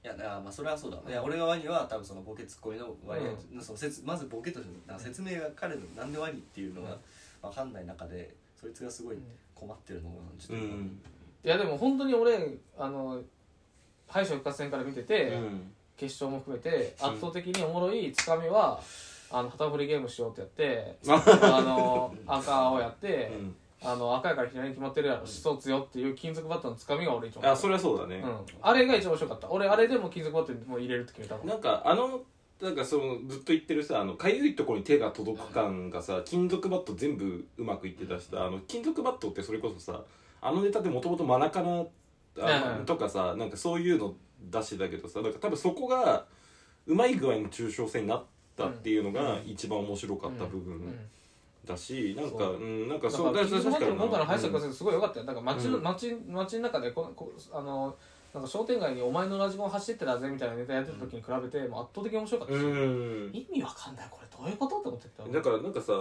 Speaker 1: いやだからまあそれはそうだいや俺がワニは多分そのボケツッコミの割合、その説まずボケとしてのなんか説明が彼のなんでワニっていうのが分かんない中でそいつがすごい困ってるのがちょっと、
Speaker 2: うん
Speaker 4: いやでも本当に俺あの敗者復活戦から見てて、
Speaker 2: うん
Speaker 4: 決勝も含めて圧倒的におもろいつかみは、あの旗振りゲームしようってやってあの赤青やって、
Speaker 2: うん
Speaker 4: あの赤いから左に決まってるやろしそうつよっていう金属バットのつかみが俺一番
Speaker 2: あそれはそうだね
Speaker 4: うん、あれが一番面白かった俺あれでも金属バットにもう入れるって決めたもん
Speaker 2: なんかあのなんかそのずっと言ってるさあのかゆいところに手が届く感がさ金属バット全部うまくいってたしさあの金属バットってそれこそさあのネタってもともとマナカナあ
Speaker 4: う
Speaker 2: の
Speaker 4: ん
Speaker 2: とかさなんかそういうの出してたけどさなんか多分そこがうまい具合の抽象性になったっていうのが一番面白かった部
Speaker 4: うん
Speaker 2: 分だし、なんか
Speaker 4: そううん
Speaker 2: なん
Speaker 4: だ
Speaker 2: か
Speaker 4: か
Speaker 2: そう
Speaker 4: ら
Speaker 2: だ
Speaker 4: 金属バットの今回の敗者
Speaker 2: う
Speaker 4: 復活戦すごい良かったよだから街の、
Speaker 2: うん
Speaker 4: 街街の中でここあのなんか商店街に「お前のラジコン走ってたぜ」みたいなネタやってた時に比べてもう圧倒的に面白かったし、
Speaker 2: ん
Speaker 4: 意味わかんないこれどういうことって思ってた
Speaker 2: だからなんかさ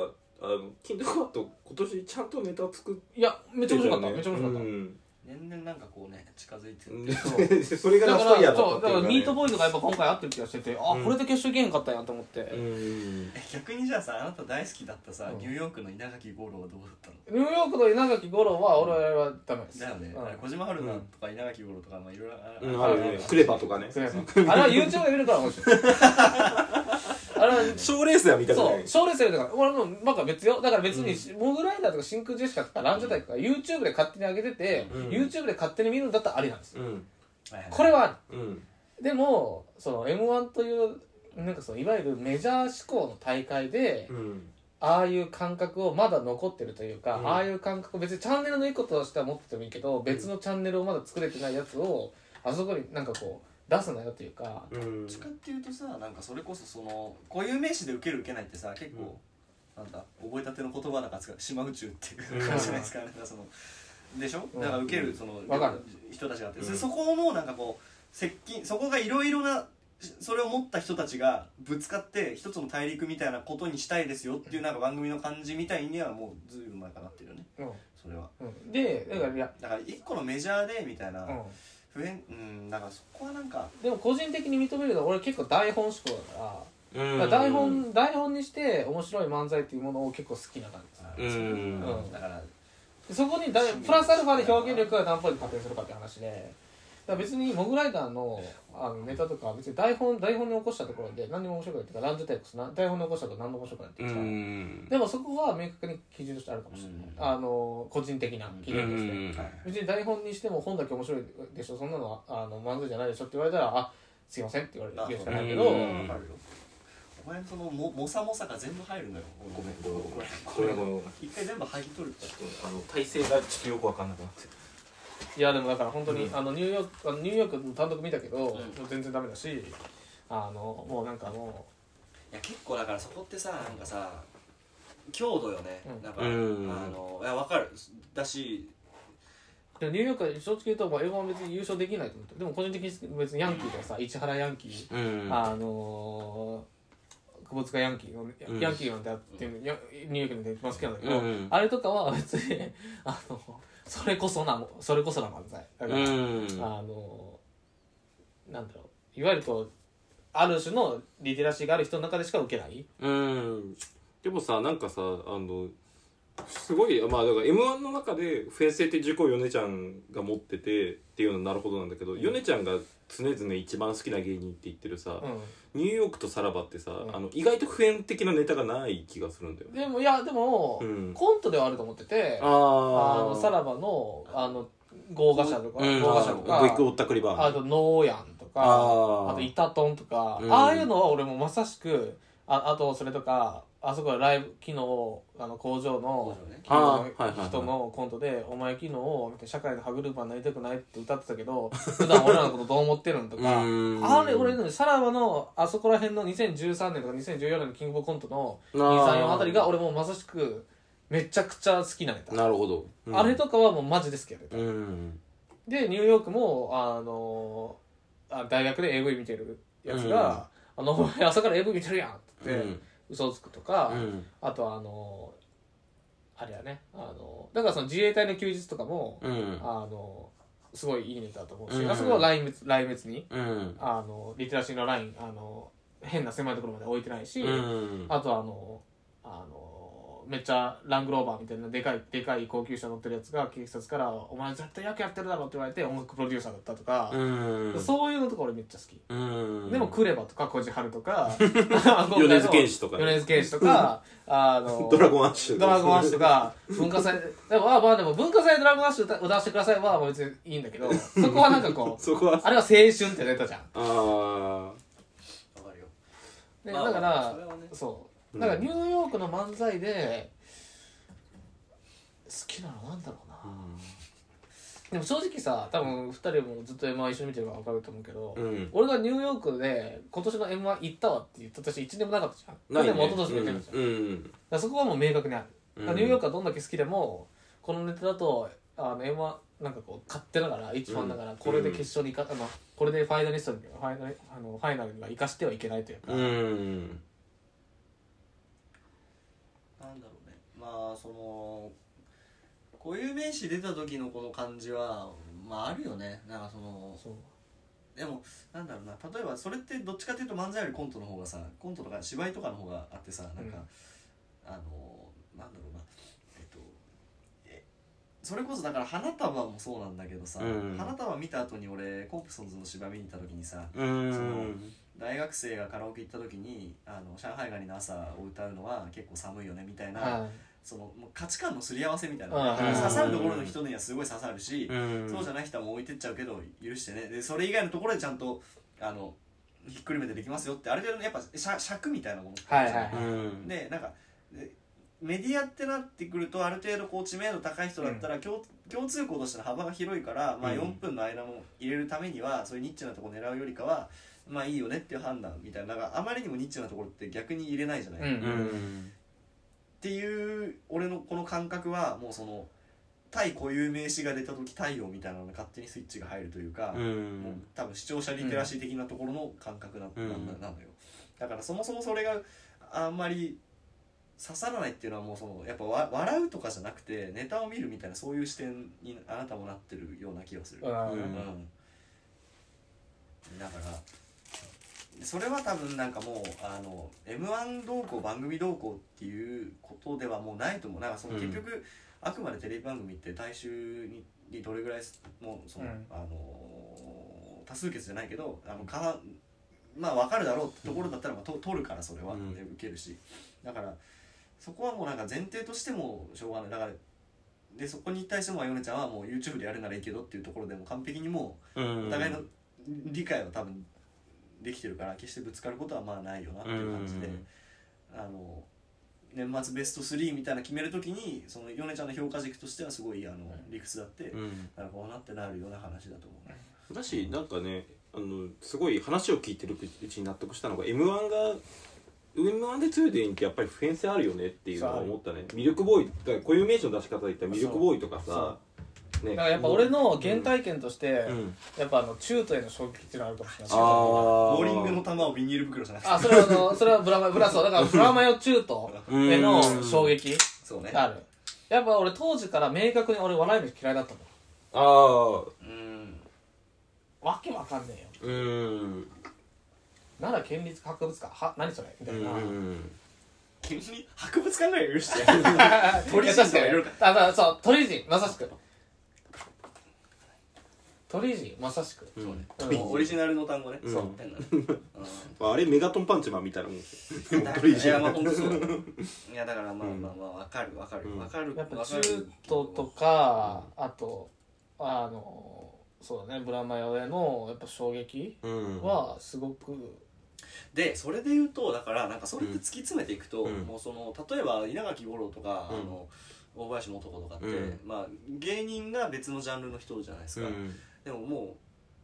Speaker 2: あの金属バット今年ちゃんとネタ作っ
Speaker 4: いやめっちゃ
Speaker 2: て
Speaker 4: 面
Speaker 2: た
Speaker 4: 白か
Speaker 2: よ
Speaker 4: った、
Speaker 2: ね
Speaker 4: めっちゃ面白かった、
Speaker 2: うん
Speaker 1: 年々なんかこうね近づいてる、
Speaker 2: でそれが
Speaker 4: だ
Speaker 2: ラ
Speaker 4: か
Speaker 2: ストイヤー
Speaker 4: ら
Speaker 2: だった
Speaker 4: そ
Speaker 2: っ
Speaker 4: う
Speaker 2: ていう
Speaker 4: だか
Speaker 2: からね
Speaker 4: ミートボーイズがやっぱ今回合ってる気がしててあ、
Speaker 2: うん
Speaker 4: これで決勝ゲーム勝ったんやと思って、
Speaker 2: うん
Speaker 1: え逆にじゃあさあなた大好きだったさ、
Speaker 4: うん
Speaker 1: ニューヨークの稲垣吾郎はどうだったの
Speaker 4: ニューヨークの稲垣吾郎は俺はダメです、
Speaker 1: だよね、
Speaker 4: うん
Speaker 1: あれ小島春菜とか稲垣吾郎とかまあいろいろ
Speaker 2: うん、
Speaker 1: あ
Speaker 2: あ
Speaker 1: る
Speaker 2: るねクレバとかね
Speaker 4: すいませんあれは YouTube で見るから面 白いあれは
Speaker 2: 賞レースは見たくな
Speaker 4: そう
Speaker 2: い
Speaker 4: 賞レースやるとから俺もうなんか別よだから別に、モグライダーとか真空ジェシカとかランジャタイとか YouTube で勝手に上げてて、
Speaker 2: うん
Speaker 4: YouTube で勝手に見るんだったらありなんですよ
Speaker 2: うん
Speaker 1: はいはい
Speaker 4: これはあり
Speaker 2: うん
Speaker 4: でもその m 1というなんかそのいわゆるメジャー志向の大会で、
Speaker 2: うん
Speaker 4: ああいう感覚をまだ残ってるというか、
Speaker 2: うん
Speaker 4: ああいう感覚別にチャンネルのいいことしては持っててもいいけど別のチャンネルをまだ作れてないやつをあそこになんかこう出すなよというか、
Speaker 2: うん
Speaker 1: どっちかっていうとさなんかそれこそその固有名詞で受ける受けないってさ結構なんだ覚えたての言葉なんか使う島宇宙っていう感じじゃないですか,、なんかそのでしょ、なんか受けるその、
Speaker 4: わかる
Speaker 1: 人たちがあって、
Speaker 2: うん
Speaker 1: そこもなんかこう接近そこがいろいろなそれを持った人たちがぶつかって一つの大陸みたいなことにしたいですよっていうなんか番組の感じみたいにはもうずいぶん前からなってるよね
Speaker 4: うん
Speaker 1: それは
Speaker 4: うんでだからいや、
Speaker 1: だから一個のメジャーでみたいな、
Speaker 4: うん、
Speaker 1: 普遍うんだからそこはなんか
Speaker 4: でも個人的に認めるのは俺結構台本志向だから
Speaker 2: うん
Speaker 4: だから台本台本にして面白い漫才っていうものを結構好きな感じです
Speaker 1: あ
Speaker 2: うん
Speaker 1: そうだから
Speaker 4: でそこにだプラスアルファで表現力が何ポイント加点するかって話でだから別にモグライダーのあのネタとかは別に台本台本に起こしたところで何にも面白くないっていうかランジュテックスな台本に起こしたと何でも面白くないって
Speaker 2: うん
Speaker 4: いう
Speaker 2: う
Speaker 4: か、
Speaker 2: ん
Speaker 4: でもそこは明確に基準としてあるかもしれない、
Speaker 1: うん
Speaker 4: あの個人的な基準として、
Speaker 1: はい
Speaker 4: 別に台本にしても本だけ面白いでしょそんなのはあの漫才じゃないでしょって言われたらあすいませんって言われ
Speaker 1: まあ
Speaker 4: るし
Speaker 1: そ
Speaker 4: か
Speaker 1: う
Speaker 4: ないけ
Speaker 1: う
Speaker 4: ど、
Speaker 1: んわかるよお前のそのももさもさが全部入るのよごめんごめんごめん
Speaker 2: これも
Speaker 1: 一回全部剥ぎ取るって
Speaker 2: あの体勢がちょっとよくわかんなくなって
Speaker 4: いやでもだから本当に、あのニューヨークあのニューヨークの単独見たけど、もう全然ダメだしあのもうなんかも
Speaker 1: いや結構だからそこってさなんかさ強度よね、
Speaker 4: うん
Speaker 1: なんか、
Speaker 2: うん
Speaker 1: あのいやわかるだし
Speaker 4: うでもニューヨークは正直言うともう英語は別に優勝できないと思ってでも個人的に別にヤンキーとかさ市原ヤンキー、
Speaker 2: うん
Speaker 4: あのー、久保塚ヤンキーの、
Speaker 2: うん
Speaker 4: ヤンキーなんてあっていうのヤンニューヨークなんて一番好きなんだけど、
Speaker 2: うん
Speaker 4: あれとかは別にあのそれこそなそれこそな漫才だから、あのなんだろういわゆるこうある種のリテラシーがある人の中でしか受けない
Speaker 2: うんでもさなんかさあのすごいまあだから m 1の中で不平性って軸を米ちゃんが持っててっていうのはなるほどなんだけど、米ちゃんが常々一番好きな芸人って言ってるさ、
Speaker 4: う
Speaker 2: ニューヨークとさらばってさ、
Speaker 4: ん
Speaker 2: あの意外と普遍的なネタがない気がするんだよ
Speaker 4: ん、
Speaker 2: ね
Speaker 4: でもいやでも、
Speaker 2: うん
Speaker 4: コントではあると思ってて
Speaker 2: あ
Speaker 4: あ
Speaker 2: ー
Speaker 4: のさらばのあの豪華者とか、
Speaker 2: うん
Speaker 4: 豪華者とか
Speaker 2: ブイクぼったくりバ
Speaker 4: あ
Speaker 2: ー
Speaker 4: とノーヤンとか
Speaker 2: あ
Speaker 4: あ
Speaker 2: ー
Speaker 4: とイタトンとか、
Speaker 2: うん
Speaker 4: ああいうのは俺もまさしくああとそれとかあそこはライブ昨日あの工場の
Speaker 1: 工場ね
Speaker 4: 昨日の
Speaker 2: あーはいはいはい
Speaker 4: 人のコントで「お前昨日社会の歯車になりたくない」って歌ってた けど普段俺らのことどう思ってるんとか
Speaker 2: うん
Speaker 4: あれ俺ねさらばのあそこら辺の2013年とか2014年のキングオブコントの
Speaker 2: あー
Speaker 4: 234あたりが俺もうまさしくめちゃくちゃ好きなネタ、
Speaker 2: なるほど、うん
Speaker 4: あれとかはもうマジですけど、
Speaker 2: うん
Speaker 4: でニューヨークもあのあ大学で AV 見てるやつが「あのお前朝から AV 見てるやん」って言って、
Speaker 2: うん
Speaker 4: 嘘をつくとか、
Speaker 2: うん
Speaker 4: あとはあのあれやねあのだからその自衛隊の休日とかも、
Speaker 2: うん
Speaker 4: あのすごいいいネタだと思うし、
Speaker 2: うん
Speaker 4: あそこは来月来月に
Speaker 2: うん
Speaker 4: あのリテラシーのラインあの変な狭いところまで置いてないし、
Speaker 2: うん
Speaker 4: あとはあのあのめっちゃラングローバーみたいなでかいでかい高級車乗ってるやつが警察から「お前絶対役やってるだろ」って言われて音楽プロデューサーだったとか、
Speaker 2: うん
Speaker 4: そういうのとか俺めっちゃ好き、
Speaker 2: うん
Speaker 4: でも「クレバ」とか「こじはる」とか
Speaker 2: 米津玄師とかね
Speaker 4: 米津玄師とかあ の
Speaker 2: ドラゴンアッシュ
Speaker 4: ドラゴンアッシュとか文化祭でもまあまあでも文化祭でドラゴンアッシュ歌歌わせてくださいはまあ別にいいんだけどそこはなんかこう
Speaker 2: そこは
Speaker 4: あれは青春ってネタじゃん
Speaker 2: あ
Speaker 1: わかるよ
Speaker 4: で
Speaker 1: まあ
Speaker 4: だか
Speaker 1: まあ
Speaker 4: ら
Speaker 1: それはね
Speaker 4: そうだからニューヨークの漫才で好きなのなんだろうな、
Speaker 2: あ
Speaker 4: でも正直さ多分2人もずっと m 1一緒に見てるから分かると思うけど、
Speaker 2: うん
Speaker 4: 俺がニューヨークで今年の m 1行ったわって言った私1年もなかったじゃん
Speaker 2: ないね
Speaker 4: 去年も一昨年も言ってるじゃん、だか
Speaker 2: うん
Speaker 4: らそこはもう明確にある、
Speaker 2: うん
Speaker 4: だからニューヨークはどんだけ好きでもこのネタだとあの m 1なんかこう勝手だから一番だから、
Speaker 2: うん
Speaker 4: これで決勝にいかあのこれでファイナリストにファイナルあのファイナルには生かしてはいけないというか、
Speaker 2: うん
Speaker 1: なんだろうねまあその固有名詞出た時のこの感じはまああるよねなんかその
Speaker 4: そう
Speaker 1: でもなんだろうな例えばそれってどっちかっていうと漫才よりコントの方がさコントとか芝居とかの方があってさなんか、あのなんだろうなえっとえそれこそだから花束もそうなんだけどさ、
Speaker 2: うん
Speaker 1: 花束見た後に俺コープソンズの芝居見に行った時にさ
Speaker 2: うん
Speaker 1: 大学生がカラオケ行った時に「あの上海ガニの朝」を歌うのは結構寒いよねみたいな、
Speaker 4: はい
Speaker 1: そのもう価値観のすり合わせみたいな、
Speaker 4: うん
Speaker 1: 刺さるところの人にはすごい刺さるし、
Speaker 2: うん
Speaker 1: そうじゃない人はもう置いてっちゃうけど許してねでそれ以外のところでちゃんとあのひっくるめてできますよってある程度のやっぱ尺尺みたいなもの
Speaker 4: はいはいはい
Speaker 2: うん
Speaker 1: でなんかでメディアってなってくるとある程度こう知名度高い人だったら、共共通項としての幅が広いから、まあ、
Speaker 2: うん
Speaker 1: 4分の間も入れるためには、そういうニッチなところ狙うよりかはまあいいよねっていう判断みたいななんかあまりにもニッチなところって逆に入れないじゃない、
Speaker 4: うん
Speaker 2: うん
Speaker 1: っていう俺のこの感覚はもうその対固有名詞が出た時太陽みたいなのに勝手にスイッチが入るというか、もう多分視聴者リテラシー的なところの感覚な,、
Speaker 2: うん
Speaker 1: なんだなのよだからそもそもそれがあんまり刺さらないっていうのはもうそのやっぱわ笑うとかじゃなくてネタを見るみたいなそういう視点にあなたもなってるような気がする、
Speaker 4: うん
Speaker 2: うん
Speaker 1: うんだからそれは多分なんかもうあの m 1動向番組動向っていうことではもうないと思うなんかその
Speaker 2: うん
Speaker 1: 結局、あくまでテレビ番組って大衆ににどれぐらいもうその、
Speaker 4: うん
Speaker 1: あのー多数決じゃないけどあのかまあ分かるだろうってところだったら、まあ、と取るからそれは、
Speaker 2: うん
Speaker 1: で受けるしだからそこはもうなんか前提としてもしょうがないだからでそこに対しても米ちゃんはもう YouTube でやるならいいけどっていうところでも完璧にもうお互いの理解は多分できてるから決してぶつかることはまあないよなっていう感じで、あの年末ベスト3みたいな決めるときにその米ちゃんの評価軸としてはすごいあの
Speaker 4: ん
Speaker 1: 理屈だって、なるほどなってなるような話だと思うね。
Speaker 2: だしなんかねあのすごい話を聞いてるうちに納得したのが m 1が m 1で強い芸人ってやっぱり普遍性あるよねっていうのは思ったね魅力ボーイだから固有名詞の出し方で言ったら魅力ボーイとかさね
Speaker 4: だからやっぱ俺の原体験として、
Speaker 2: うん
Speaker 4: やっぱあの中途への衝撃っていうのはあるかもしれない
Speaker 2: あ
Speaker 1: ボーリングの球をビニール袋じゃなくて
Speaker 4: あそれはあのそれはブラマヨブラそうだからブラマヨ中途への衝撃
Speaker 1: そうね
Speaker 4: があるやっぱ俺当時から明確に俺笑い飯嫌いだったもん
Speaker 2: ああ
Speaker 1: うん
Speaker 4: わけわかんねえよ
Speaker 2: うん
Speaker 4: 奈良県立博物館は何それみた
Speaker 2: う
Speaker 4: いな、
Speaker 2: ん
Speaker 1: 君に博物館ぐらい許して
Speaker 4: 鳥人
Speaker 1: いや確かにいろいろ
Speaker 4: あだそう鳥人まさしく鳥人まさしく、
Speaker 2: うん
Speaker 4: うん
Speaker 1: オリジナルの単語ね、
Speaker 2: うん
Speaker 1: そう変なの、
Speaker 2: あれメガトンパンチマンみたいなもん
Speaker 1: うん、だからいやまあ本当そうだいやだからまあまあまあわかるわかる
Speaker 2: うん
Speaker 1: わかる
Speaker 4: やっぱ
Speaker 1: わか
Speaker 4: 中
Speaker 1: る
Speaker 4: 東とか、あとあのそうだねブラマヨへのやっぱ衝撃
Speaker 2: うん
Speaker 4: はすごく、
Speaker 1: でそれで言うとだからなんかそれって突き詰めていくと、
Speaker 2: うん
Speaker 1: もうその例えば稲垣吾郎とか、
Speaker 2: うん
Speaker 1: あの大林素子とかって、
Speaker 2: うん
Speaker 1: まあ芸人が別のジャンルの人じゃないです
Speaker 2: う
Speaker 1: か、
Speaker 2: ん
Speaker 1: でももう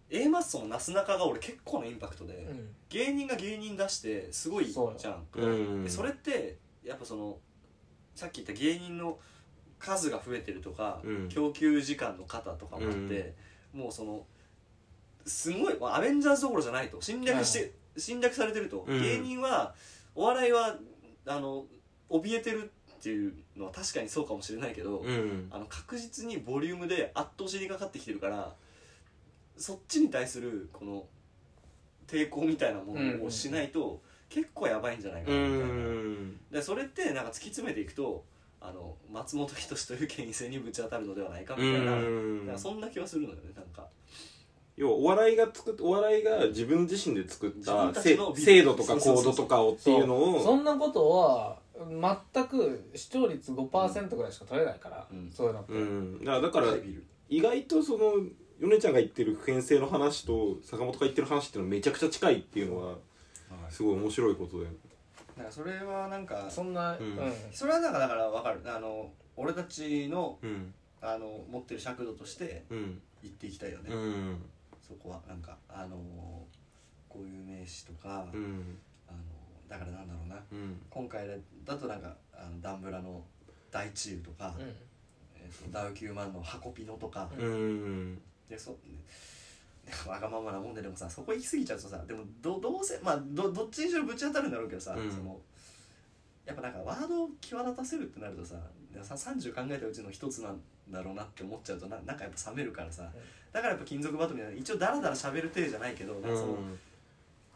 Speaker 1: A マッソのなすなかが俺結構なインパクトで、
Speaker 4: うん
Speaker 1: 芸人が芸人出してすごいじ
Speaker 4: そうよ
Speaker 1: ゃん
Speaker 2: うん
Speaker 1: でそれってやっぱそのさっき言った芸人の数が増えてるとか、
Speaker 2: うん
Speaker 1: 供給時間の方とかもあって、もうそのすごいまあアベンジャーズどころじゃないと侵略して、侵略されてると、
Speaker 2: うん
Speaker 1: 芸人はお笑いはあの怯えてるっていうのは確かにそうかもしれないけど、
Speaker 2: うん
Speaker 1: あの確実にボリュームで圧倒しにかかってきてるからそっちに対するこの抵抗みたいなものをしないと結構やばいんじゃないか
Speaker 2: う
Speaker 1: なみたいな、
Speaker 2: ん
Speaker 1: でそれってなんか突き詰めていくとあの松本人志という権威性にぶち当たるのではないかみたいな,、なんかそんな気はするのよねなんか
Speaker 2: 要はお笑いが作っお笑いが自分自身で作っ
Speaker 1: 自分
Speaker 2: た
Speaker 1: たち
Speaker 2: せ
Speaker 1: のビジネス
Speaker 2: 制度とか
Speaker 1: そうそう
Speaker 2: 行
Speaker 1: そう
Speaker 2: 動とかをっていうの
Speaker 4: そうそ
Speaker 2: を
Speaker 4: んなことは全く視聴率5%ぐらいしか取れないから、
Speaker 1: うん
Speaker 4: そういうのって、
Speaker 2: うんだからだから
Speaker 1: はいビール
Speaker 2: 意外とその米ちゃんが言ってる普遍性の話と坂本が言ってる話っていうのはめちゃくちゃ近いっていうのはすごい面白いことで
Speaker 1: なんかそれはなんか
Speaker 4: そんな、
Speaker 2: うん
Speaker 1: それはなんかだからわかるあの俺たちの
Speaker 2: うん
Speaker 1: あの持ってる尺度として
Speaker 2: うん
Speaker 1: 言っていきたいよね、
Speaker 2: うん
Speaker 1: そこはなんかあのーこういう名詞とか、
Speaker 2: うん
Speaker 1: あのーだからなんだろうな
Speaker 2: うん
Speaker 1: 今回だとなんかあのダンブラの大チーとか、
Speaker 4: うん
Speaker 1: えーとダウキューマンのハコピノとか、
Speaker 2: うんうん
Speaker 1: でそで わがままなもんででもさそこ行き過ぎちゃうとさでもどどうせまあどどっちにしろぶち当たるんだろうけどさ、
Speaker 2: うん
Speaker 1: そのやっぱなんかワードを際立たせるってなるとさでさ30考えたうちの一つなんだろうなって思っちゃうとななんかやっぱ冷めるからさ、だからやっぱ金属バトルみたいな一応ダラダラ喋る体じゃないけど、なんかその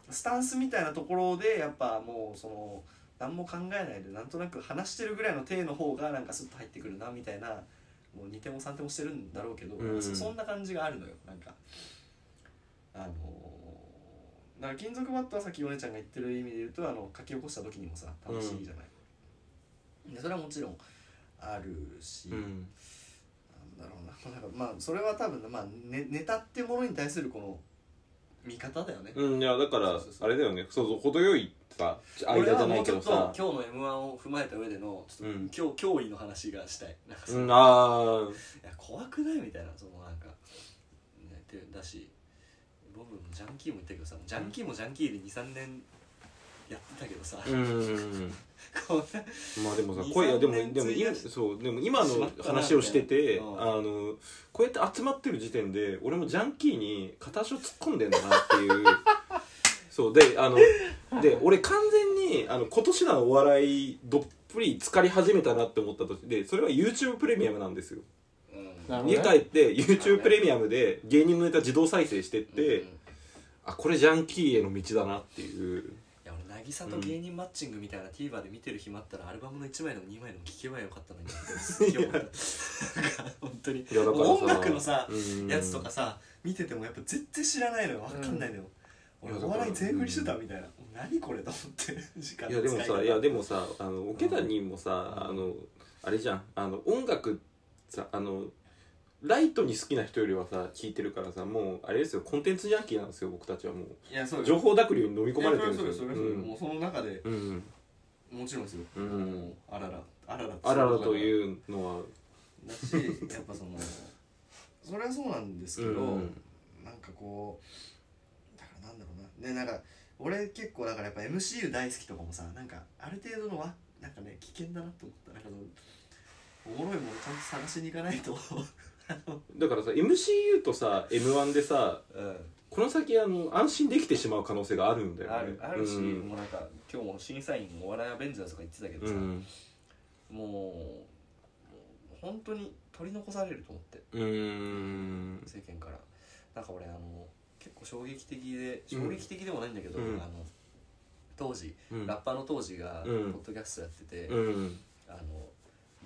Speaker 1: スタンスみたいなところでやっぱもうその何も考えないでなんとなく話してるぐらいの体の方がなんかスッと入ってくるなみたいなもう2点も3点もしてるんだろうけど、
Speaker 2: うん
Speaker 1: そそんな感じがあるのよなんかあのー、だから金属バットはさっきお姉ちゃんが言ってる意味で言うとあの書き起こした時にもさ楽しいじゃない、でそれはもちろんあるし、
Speaker 2: うん
Speaker 1: なんだろうななんかまあそれは多分、まあね、ネタっていうものに対するこの見方だよね、
Speaker 2: うんいやだから
Speaker 1: そうそうそう
Speaker 2: あれだよねそうそう程よいさ
Speaker 1: 俺
Speaker 2: 間じ
Speaker 1: は
Speaker 2: ゃな
Speaker 1: も
Speaker 2: いう
Speaker 1: ち
Speaker 2: け
Speaker 1: ょ
Speaker 2: ど
Speaker 1: っと
Speaker 2: さ
Speaker 1: 今日の m 1を踏まえた上でのちょっと
Speaker 2: うん
Speaker 1: 今日脅威の話がしたいなんかその
Speaker 2: う
Speaker 1: い
Speaker 2: んあ
Speaker 1: や怖くないみたいなそのなんか、ね、てだしボブもジャンキーも言ったけどさジャンキーもジャンキーで23年やってたけどさ、
Speaker 2: うん
Speaker 1: こんな
Speaker 2: まあでもさ
Speaker 1: 23
Speaker 2: 声やでも
Speaker 1: 年
Speaker 2: でも
Speaker 1: 費や
Speaker 2: 今
Speaker 1: し
Speaker 2: そうでも今
Speaker 1: しま
Speaker 2: の
Speaker 1: ったな
Speaker 2: 話をしてて、
Speaker 1: みたいな
Speaker 2: あのこうやって集まってる時点で俺もジャンキーに片足を突っ込んでんだなっていう そうであので俺完全にあの今年のお笑いどっぷり浸かり始めたなって思った時でそれは YouTube プレミアムなんですよ
Speaker 1: うん
Speaker 5: なるほ
Speaker 2: 家
Speaker 5: どね
Speaker 2: 帰って YouTube プレミアムで芸人のネタ自動再生してって、
Speaker 1: うんい
Speaker 2: あこれジャンキーへの道だなっていう
Speaker 1: や俺渚と芸人マッチングみたいな TVer で見てる暇あったらアルバムの1枚でも2枚でも聴けばよかったのに すげえ思ったなんか本当に
Speaker 2: いやだからさ
Speaker 1: 音楽のさ
Speaker 2: うん
Speaker 1: やつとかさ見ててもやっぱ全然知らないのよわかんないのよ、
Speaker 2: うん
Speaker 1: 俺お笑い全振りしてたみたいな、何これと思って時間
Speaker 2: い
Speaker 1: の
Speaker 2: やで
Speaker 1: 使
Speaker 2: も
Speaker 1: 方
Speaker 2: さいやでもさあの桶谷もさ、
Speaker 1: うん
Speaker 2: あのあれじゃんあの音楽さあのライトに好きな人よりはさ聞いてるからさもうあれですよコンテンツジャンキーなんですよ僕たちはも
Speaker 1: いやそう
Speaker 2: う
Speaker 1: よ
Speaker 2: 情報濁流に飲み込まれてるん
Speaker 1: い
Speaker 2: で
Speaker 1: や
Speaker 2: す
Speaker 1: そ
Speaker 2: よ
Speaker 1: れは
Speaker 2: う
Speaker 1: それはそれは
Speaker 2: ん
Speaker 1: もうその中で
Speaker 2: うん
Speaker 1: もちろんですよ、
Speaker 2: うん
Speaker 1: あららあらら
Speaker 2: あららと
Speaker 1: う
Speaker 2: いうのは
Speaker 1: だしやっぱそのそれはそうなんですけど、
Speaker 2: うん
Speaker 1: なんかこうだからなんだろうなねなんか俺結構だからやっぱ MCU 大好きとかもさなんかある程度のわなんかね危険だなと思ったなんかそのおもろいものちゃんと探しに行かないと
Speaker 2: だからさ MCU とさ m 1でさ
Speaker 1: うん
Speaker 2: この先あの安心できてしまう可能性があるんだよね
Speaker 1: あるあるし、
Speaker 2: うん
Speaker 1: もうなんか今日も審査員もお笑いアベンジャーズとか言ってたけど
Speaker 2: う
Speaker 1: さ、
Speaker 2: ん
Speaker 1: もうもう本当に取り残されると思って
Speaker 2: うん
Speaker 1: 世間からなんか俺あの結構衝撃的で衝撃的でもないんだけど、
Speaker 2: うん
Speaker 1: あの当時、
Speaker 2: うん
Speaker 1: ラッパーの当時がポ
Speaker 2: うん
Speaker 1: ッドキャストやってて、
Speaker 2: うん
Speaker 1: あの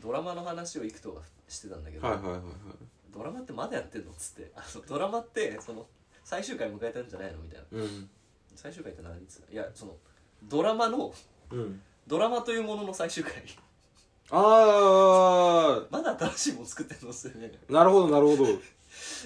Speaker 1: ドラマの話をいくとがしてたんだけど、
Speaker 2: はいはいはいはい
Speaker 1: ドラマってまだやってんのっつってあのドラマってその最終回迎えたんじゃないのみたいな
Speaker 2: うん
Speaker 1: 最終回って何いついやそのドラマの
Speaker 2: うん
Speaker 1: ドラマというものの最終回
Speaker 2: あ
Speaker 1: まだ新しいもの作ってんのっすよね
Speaker 2: あなるほどなるほど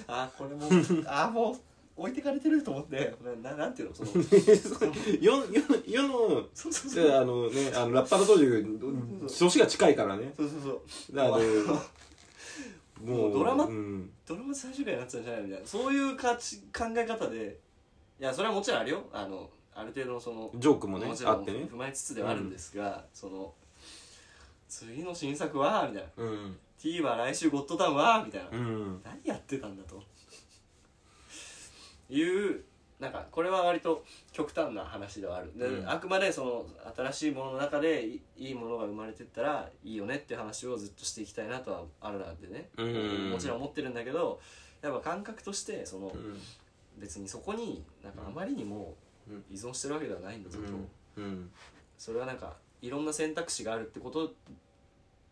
Speaker 1: あーこれも あーもう置いてかれてると思ってなななんていう のその
Speaker 2: 世世世の
Speaker 1: そうそう
Speaker 2: じ
Speaker 1: そう
Speaker 2: ゃああのねあのラッパーの当時年が近いからね
Speaker 1: そうそうそう
Speaker 2: だからあの
Speaker 1: もうドラマ
Speaker 2: うん
Speaker 1: ドラマ最終回になってたんじゃないみたいなそういう価値考え方でいやそれはもちろんあれよあのある程度のその
Speaker 2: ジョークもね
Speaker 1: もちろ
Speaker 2: あ
Speaker 1: ん
Speaker 2: ってね
Speaker 1: 踏まえつつではあるんですが、その次の新作はみたいな
Speaker 2: うん、
Speaker 1: T は来週ゴッドタウンはみたいな、
Speaker 2: うん、
Speaker 1: 何やってたんだというなんかこれは割と極端な話ではあるで、
Speaker 2: うん
Speaker 1: あくまでその新しいものの中でいいいものが生まれてったらいいよねっていう話をずっとしていきたいなとはあるなんでね、
Speaker 2: うん
Speaker 1: もちろん思ってるんだけどやっぱ感覚としてその、
Speaker 2: うん
Speaker 1: 別にそこになんかあまりにも
Speaker 2: うん
Speaker 1: 依存してるわけではないんだけど、
Speaker 2: うん
Speaker 1: それはなんかいろんな選択肢があるってこと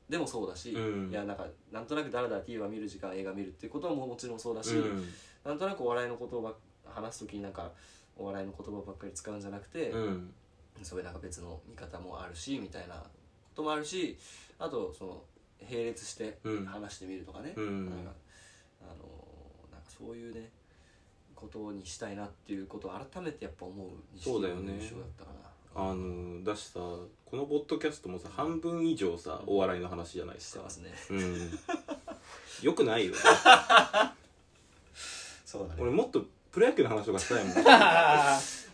Speaker 1: でもそうだし、
Speaker 2: うん
Speaker 1: いやなんかなんとなくだらだら TVer 見る時間映画見るっていうことももちろんそうだし、
Speaker 2: うん
Speaker 1: なんとなくお笑いのことをばっ話す時になんかお笑いの言葉ばっかり使うんじゃなくて、
Speaker 2: うん
Speaker 1: そういうなんか別の見方もあるしみたいなこともあるしあとその並列して
Speaker 2: うん
Speaker 1: 話してみるとかね、
Speaker 2: うん
Speaker 1: なんかあのーなんかそういうねことにしたいなっていうことを改めてやっぱ思う
Speaker 2: そうだよね
Speaker 1: 錦鯉の印象だったかな
Speaker 2: あのだしさこのポッドキャストもさ半分以上さお笑いの話じゃないです
Speaker 1: して
Speaker 2: か
Speaker 1: ますね
Speaker 2: うんよくないよ
Speaker 1: そうだ
Speaker 2: 俺もっとプロ野球の話とかしたいも ん
Speaker 1: そ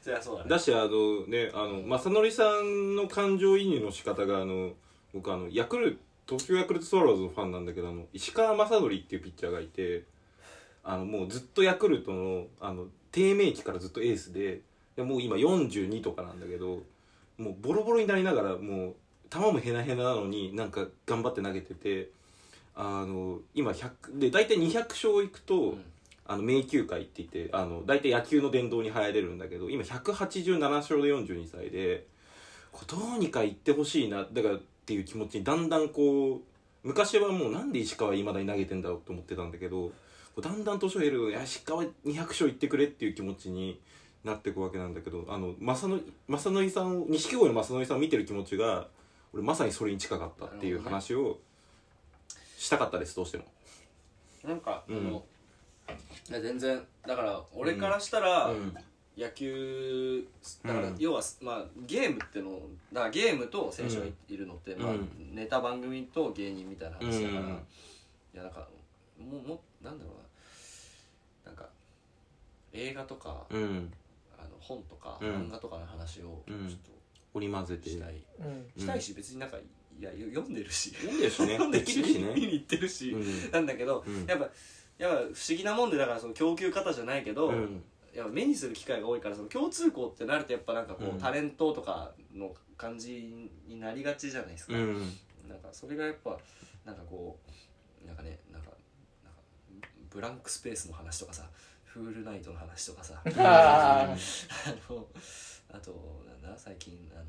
Speaker 1: りゃそうだね
Speaker 2: だしあのねあの正則さんの感情移入の仕方があの僕あのヤクルト東京ヤクルトスワローズのファンなんだけどあの石川雅規っていうピッチャーがいてあのもうずっとヤクルトのあの低迷期からずっとエースででもう今42とかなんだけどもうボロボロになりながらもう球もヘナヘナなのになんか頑張って投げててあの今100で大体200勝いくと、
Speaker 1: うん
Speaker 2: あの名球会って言ってあの大体野球の殿堂に入れるんだけど今187勝で42歳でこうどうにか行ってほしいなだからっていう気持ちにだんだんこう昔はもうなんで石川いまだに投げてんだろうと思ってたんだけどこうだんだん年を減るいや石川200勝行ってくれっていう気持ちになっていくわけなんだけどあの正則正則さんを錦鯉の正則さんを見てる気持ちが俺まさにそれに近かったっていう話をしたかったですどうしても。
Speaker 1: なんか、
Speaker 2: うん
Speaker 1: あのいや全然だから俺からしたら、
Speaker 2: うん
Speaker 1: 野球だから
Speaker 2: うん
Speaker 1: 要は、まあ、ゲームってのだからゲームと選手がい,、るのって、まあ
Speaker 2: うん、
Speaker 1: ネタ番組と芸人みたいな話だから、
Speaker 2: うん
Speaker 1: いやなんかもうもうなんだろうななんか映画とか、
Speaker 2: うん
Speaker 1: あの本とか、
Speaker 2: うん
Speaker 1: 漫画とかの話をちょっ
Speaker 2: うん
Speaker 1: と
Speaker 2: り混ぜて
Speaker 1: したい
Speaker 4: うん
Speaker 1: したいし別になんかいや読んでるし
Speaker 2: 読んでるしね
Speaker 1: 読んで
Speaker 2: で
Speaker 1: る
Speaker 2: きる
Speaker 1: し
Speaker 2: し
Speaker 1: 見に
Speaker 2: ね
Speaker 1: 行ってるし、
Speaker 2: うん
Speaker 1: なんだけど、
Speaker 2: うん
Speaker 1: やっぱやっぱ不思議なもんでだからその供給方じゃないけど、
Speaker 2: うん
Speaker 1: やっぱ目にする機会が多いからその共通項ってなるとやっぱなんかこう、
Speaker 2: うん
Speaker 1: タレントとかの感じになりがちじゃないですか、
Speaker 2: うん
Speaker 1: なんかそれがやっぱなんかこうなんかねなんかなんかブランクスペースの話とかさフールナイトの話とか さ
Speaker 4: あ
Speaker 1: あのあとなんだ最近あの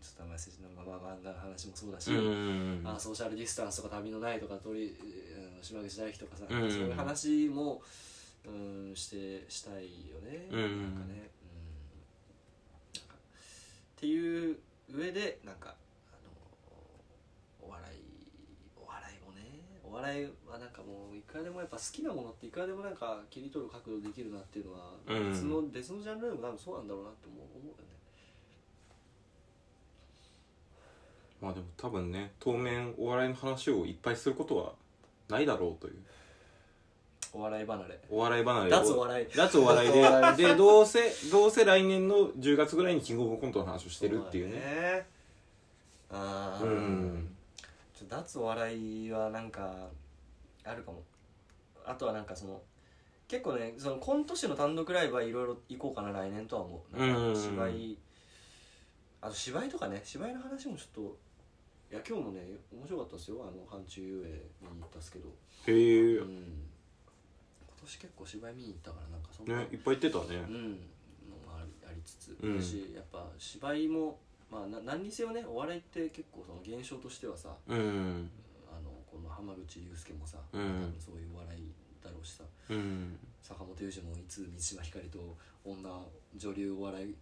Speaker 1: ちょっとあんまり政治のまま漫画の話もそうだし、
Speaker 2: うん
Speaker 1: あソーシャルディスタンスとか旅のないとか鳥あの島口大樹とかさ、
Speaker 2: うん
Speaker 1: そういう話もうんしてしたいよね、
Speaker 2: うん
Speaker 1: なんかね、うん、なんかっていう上でなんかあのお笑いお笑いもねお笑いはなんかもういくらでもやっぱ好きなものっていくらでもなんか切り取る角度できるなっていうのは
Speaker 2: うん
Speaker 1: 別の,、別のジャンルでも多分そうなんだろうなって思う思うよね
Speaker 2: まあでも多分ね当面お笑いの話をいっぱいすることはないだろうという
Speaker 1: お笑い離れ
Speaker 2: お笑い離れを
Speaker 1: 脱お笑い
Speaker 2: 脱お笑いででどうせどうせ来年の10月ぐらいにキングオブコントの話をしてるっていうね
Speaker 1: ああ
Speaker 2: う、ん
Speaker 1: ちょっと脱お笑いはなんかあるかもあとはなんかその結構ねそのコント師の単独ライブはいろいろ行こうかな来年とは思うなんか
Speaker 2: うん
Speaker 1: 芝居あと芝居とかね芝居の話もちょっといや今日もね面白かったですよあの阪中遊泳見に行ったっすけど、
Speaker 2: へえ
Speaker 1: うん、今年結構芝居見に行ったからなんかそんな、
Speaker 2: ねいっぱい言ってたね
Speaker 1: うん、のもありありつつ、
Speaker 2: うん
Speaker 1: だしやっぱ芝居も、まあ、な何にせよねお笑いって結構その現象としてはさ
Speaker 2: うん
Speaker 1: あのこの浜口竜介もさ、
Speaker 2: うん
Speaker 1: 多分そういうお笑いだろうしさ
Speaker 2: うん
Speaker 1: 坂本龍二もいつ満島ひかりと女女流お笑い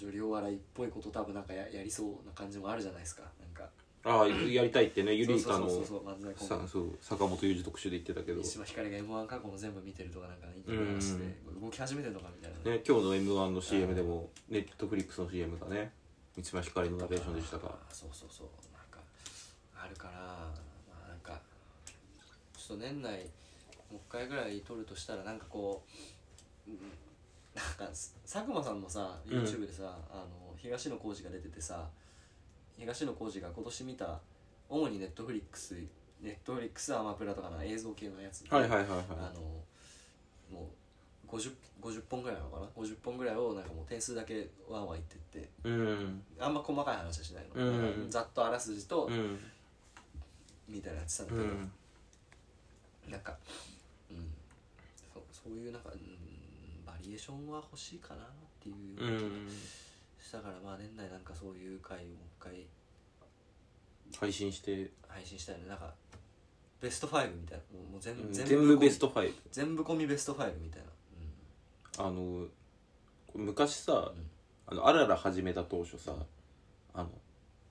Speaker 1: 女流お笑いっぽいこと多分なんかややりそうな感じもあるじゃないですかなんか
Speaker 2: ああやりたいってねゆり
Speaker 1: そう
Speaker 2: か
Speaker 1: そう
Speaker 2: の
Speaker 1: そうそう漫才コンビ
Speaker 2: さそう坂本裕二特集で言ってたけど
Speaker 1: 満島ひかりが m 1過去も全部見てるとかなんかねインタビューして動き始めてるのかみたいなね
Speaker 2: ね、今日の m 1の CM でもネットフリックスの CM がね三島ひかりのナレーションでしたか
Speaker 1: そうそうそうなんかあるからまあなんかちょっと年内もう一回ぐらい撮るとしたらなんかこううんなんかす佐久間さんもさ
Speaker 2: うん
Speaker 1: YouTube でさ、あの東野浩二が出ててさ東野浩二が今年見た主に Netflix Netflix アマプラとかの映像系のやつで
Speaker 2: はいはいはいはい
Speaker 1: あのもう 50, 50本ぐらいなのかな50本ぐらいをなんかもう点数だけワンワンいってって
Speaker 2: うん
Speaker 1: あんま細かい話はしないの、
Speaker 2: うん
Speaker 1: なんかざっとあらすじと、
Speaker 2: うん
Speaker 1: みたいなやってたんだ
Speaker 2: う
Speaker 1: けど、
Speaker 2: ん
Speaker 1: なんか、うん、そそういうなんか、うん、バリエーションは欲しいかなっていう
Speaker 2: う
Speaker 1: ようなん気がしたから、まあ年内なんかそういう回をもう一回
Speaker 2: 配信して
Speaker 1: 配信したいねなんかベスト5みたいなもうもう全
Speaker 2: うん
Speaker 1: 全
Speaker 2: 全
Speaker 1: 部込み
Speaker 2: 部ベスト5
Speaker 1: 全部込みベスト5みたいな、
Speaker 2: あの昔さ
Speaker 1: うん
Speaker 2: あのあらら始めた当初さあの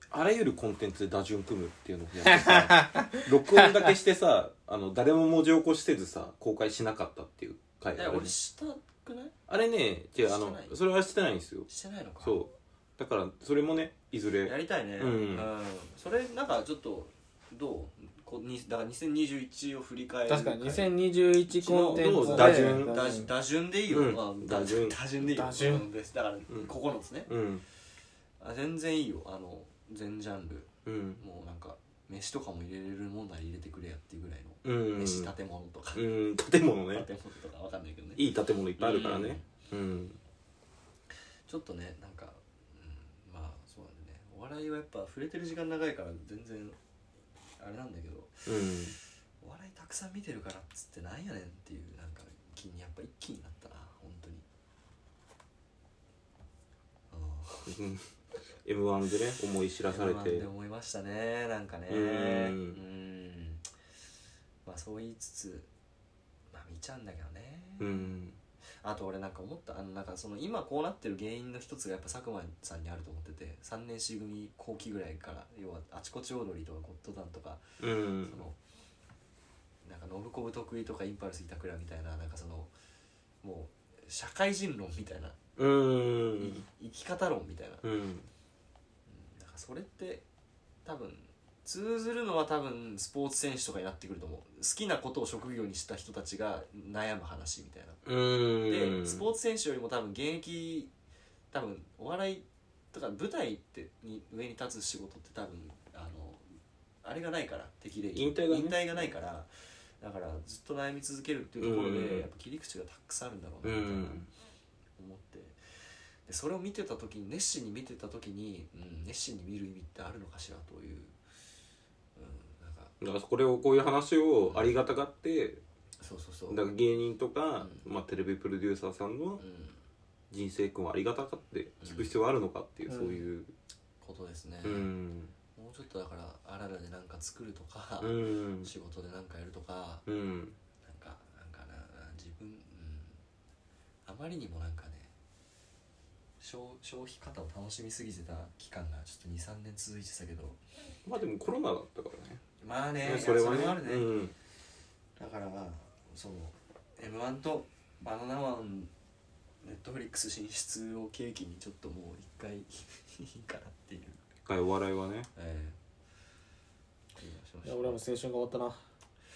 Speaker 2: あらゆるコンテンツで打順組むっていうのをやってさ 録音だけしてさあの誰も文字起こしせずさ公開しなかったっていう回
Speaker 1: うん、い
Speaker 2: あ
Speaker 1: や
Speaker 2: れ
Speaker 1: 俺したくない
Speaker 2: あれね違うあ
Speaker 1: して
Speaker 2: の
Speaker 1: ない
Speaker 2: それはしてないんですよ
Speaker 1: してないのか
Speaker 2: そうだからそれもねいずれ
Speaker 1: やりたいね、
Speaker 2: うん
Speaker 1: それなんかちょっとどうこうにだから2021を振り返る
Speaker 4: 確かに
Speaker 1: 回
Speaker 4: 2021コンテンツ
Speaker 2: ど
Speaker 4: で
Speaker 2: う打順
Speaker 1: 打順打順でいいよ、
Speaker 2: うん
Speaker 1: まあ、
Speaker 2: 打順
Speaker 1: 打順でいいよ
Speaker 4: 打順
Speaker 1: うんですだから
Speaker 2: ん
Speaker 1: 9つね、
Speaker 2: うん
Speaker 1: あ全然いいよあの全ジャンル
Speaker 2: うん
Speaker 1: もうなんか飯とかも入れれるもんなら入れてくれやっていうぐらいの、
Speaker 2: うん
Speaker 1: 飯建物とか、
Speaker 2: うん建物ね
Speaker 1: 建物とかわかんないけどね
Speaker 2: いい建物いっぱいあるからねうん
Speaker 1: ちょっとねなんか、うん、まあそうなんでねお笑いはやっぱ触れてる時間長いから全然あれなんだけど
Speaker 2: うん
Speaker 1: お笑いたくさん見てるからっつってなんやねんっていうなんか気にやっぱ一気になったな本当にうん
Speaker 2: m 1でね思い知らされ
Speaker 1: なん
Speaker 2: て
Speaker 1: で思いましたねなんかね
Speaker 2: う
Speaker 1: うんまあそう言いつつまあ見ちゃうんだけどね、
Speaker 2: うん
Speaker 1: あと俺なんか思ったあのなんかその今こうなってる原因の一つがやっぱ佐久間さんにあると思ってて3年 C 組後期ぐらいから要はあちこち踊りとかゴッドタンとか
Speaker 2: うん
Speaker 1: そのなんか信子部得意とかインパルス板倉みたいななんかそのもう社会人論みたいな、
Speaker 2: うん
Speaker 1: い生き方論みたいな,、
Speaker 2: うん
Speaker 1: なんかそれって多分通ずるのは多分スポーツ選手とかになってくると思う好きなことを職業にした人たちが悩む話みたいな、
Speaker 2: うん
Speaker 1: でスポーツ選手よりも多分現役多分お笑いだから舞台ってに上に立つ仕事って多分あのあれがないから適齢
Speaker 2: 引退がね
Speaker 1: 引退がないからだからずっと悩み続けるっていうところ
Speaker 2: うん
Speaker 1: でやっぱ切り口がたくさんあるんだろうなと思ってでそれを見てた時に熱心に見てた時に、うん、熱心に見る意味ってあるのかしらという、うん、なんか
Speaker 2: だからこれをこういう話をありがたがって
Speaker 1: そうそうそう
Speaker 2: だから芸人とか、まあ、テレビプロデューサーさんの
Speaker 1: うん、
Speaker 2: 人生君をありがたがって聞く必要あるのかっていう、
Speaker 4: うん
Speaker 2: そういう
Speaker 1: ことですね、
Speaker 2: うん
Speaker 1: もうちょっとだからあららでなんか作るとか、
Speaker 2: うん
Speaker 1: 仕事でなんかやるとか
Speaker 2: うん
Speaker 1: なんかなんかな自分、うん、あまりにもなんかね消消費方を楽しみすぎてた期間がちょっと23年続いてたけど
Speaker 2: まあでもコロナだったからね、
Speaker 1: まあね
Speaker 2: それはね
Speaker 1: いやそもあるね、
Speaker 2: うん
Speaker 1: だからまあその m 1とバナナマンネットフリックス進出を契機にちょっともう一回いいかなっていう、
Speaker 2: 一回お笑いはね
Speaker 1: ええ気がしま
Speaker 4: い
Speaker 1: し
Speaker 4: や
Speaker 1: た
Speaker 4: 俺らも青春が終わったな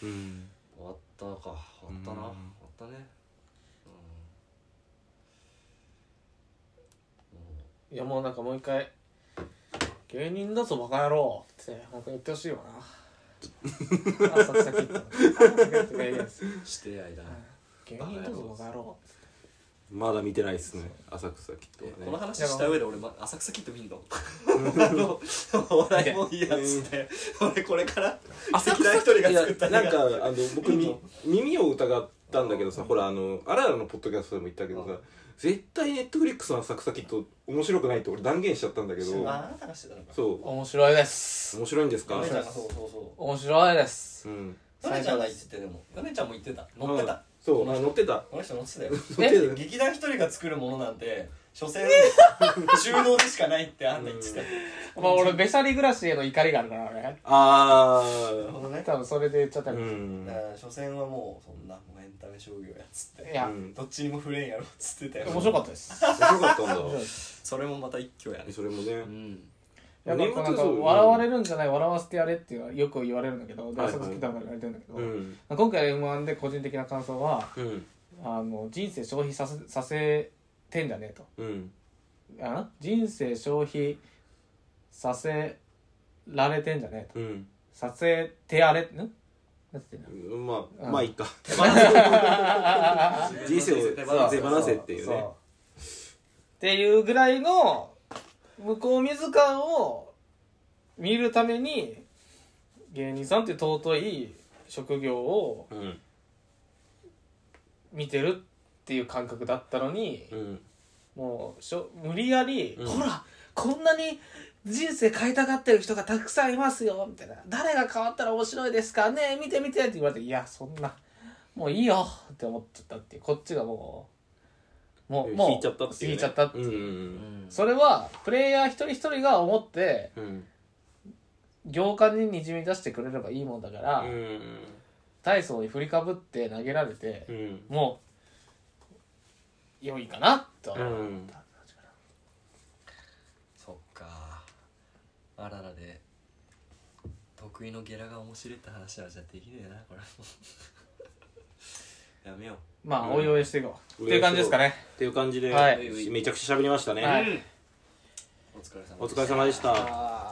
Speaker 2: うん
Speaker 1: 終わったか終わったな
Speaker 2: うん
Speaker 1: 終わったね
Speaker 4: いやもうなんかもう一回芸人だぞバカ野郎って本当言ってほしいよ な浅草キッドの浅草キッドがいいです
Speaker 1: うんしてやいだ、
Speaker 4: 芸人だぞバカ野郎
Speaker 2: まだ見てないですね浅草きっと
Speaker 1: え
Speaker 2: は
Speaker 1: この
Speaker 2: ね
Speaker 1: 話した上で俺、ま、浅草キッド見んの あのお笑いもいいやつって俺これから
Speaker 2: 浅
Speaker 1: 敵な一人が作った
Speaker 2: いやなんかあの僕み耳を疑ったんだけどさほらあのあららのポッドキャストでも言ったけど
Speaker 1: う
Speaker 2: さ絶対ネットフリックスの浅草キッド面白くないって俺断言しちゃったんだけど
Speaker 1: ああなたがしてたのか
Speaker 2: そ
Speaker 4: 面白いです
Speaker 2: う面白いんですか
Speaker 1: 米ちゃんがそうそうそ
Speaker 4: 面白 いです
Speaker 2: うん
Speaker 1: う米ちゃんが言っててでも米ちゃんも言ってた乗ってた、
Speaker 2: うんそうあ乗ってた
Speaker 1: この人乗ってたよ
Speaker 2: 乗ってた
Speaker 1: 劇団一人が作るものなんて所詮中能でしかないってあんな言ってたよ
Speaker 4: まあ俺べしゃり暮らしへの怒りがあるから俺
Speaker 2: あ
Speaker 1: なる
Speaker 2: ー
Speaker 1: ほどね
Speaker 4: 多分それで言っちゃった
Speaker 2: う
Speaker 4: り
Speaker 2: ん
Speaker 1: だから所詮はもうそんなもうエンタメ商業やっつって
Speaker 4: いや
Speaker 2: うん
Speaker 1: どっちにも触れんやろっつってたよ
Speaker 4: 面白かったです
Speaker 2: 面白かったんだ
Speaker 4: 面白いです
Speaker 1: それもまた一挙やね
Speaker 2: それも
Speaker 1: う
Speaker 2: ね
Speaker 1: ん
Speaker 4: やっぱこうなんか
Speaker 2: 年末そう
Speaker 4: 笑われるんじゃない笑わせてやれっていうのはよく言われるんだけどで
Speaker 2: はいはい
Speaker 4: 浅草キッドから言われてるんだけど
Speaker 2: うん
Speaker 4: 今回 m 1で個人的な感想は
Speaker 2: うん
Speaker 4: あの人生消費させさせてんじゃねえと
Speaker 2: うん
Speaker 4: あ人生消費させられてんじゃねえと
Speaker 2: うん
Speaker 4: させてあれんなんつってんの
Speaker 2: うんまあ
Speaker 4: うん
Speaker 2: まあいいか人
Speaker 1: 人
Speaker 2: 生を手放せ手放せっていう
Speaker 4: そう
Speaker 2: ね
Speaker 4: っていうぐらいの向こう自らを見るために芸人さんっていう尊い職業を
Speaker 2: うん
Speaker 4: 見てるっていう感覚だったのに
Speaker 2: うん
Speaker 4: もうしょ無理やり、
Speaker 2: うん
Speaker 4: ほらこんなに人生変えたがってる人がたくさんいますよみたいな誰が変わったら面白いですかね見て見てって言われていやそんなもういいよって思っちゃったっていうこっちがもうもうもう
Speaker 2: 引いちゃったっていうね
Speaker 4: 引いちゃったって
Speaker 2: うんう
Speaker 4: いうんそれはプレイヤー一人一人が思って
Speaker 2: うん
Speaker 4: 行間ににじみ出してくれればいいもんだから、
Speaker 2: うん
Speaker 4: 体操に振りかぶって投げられて
Speaker 2: う、ん
Speaker 4: もう良いかなと、
Speaker 2: うん
Speaker 1: そっかあららで得意のゲラが面白いって話はじゃあできねえなこれもうやめよ
Speaker 4: まあ、
Speaker 2: うん
Speaker 4: おいおいしていこう
Speaker 2: おいおいしていこう
Speaker 4: っていう感じですかね
Speaker 2: っていう感じで、
Speaker 4: は
Speaker 2: めちゃくちゃ喋りましたね、
Speaker 4: はいう
Speaker 1: お疲れ様でした
Speaker 2: お疲れ様でした
Speaker 4: 啊。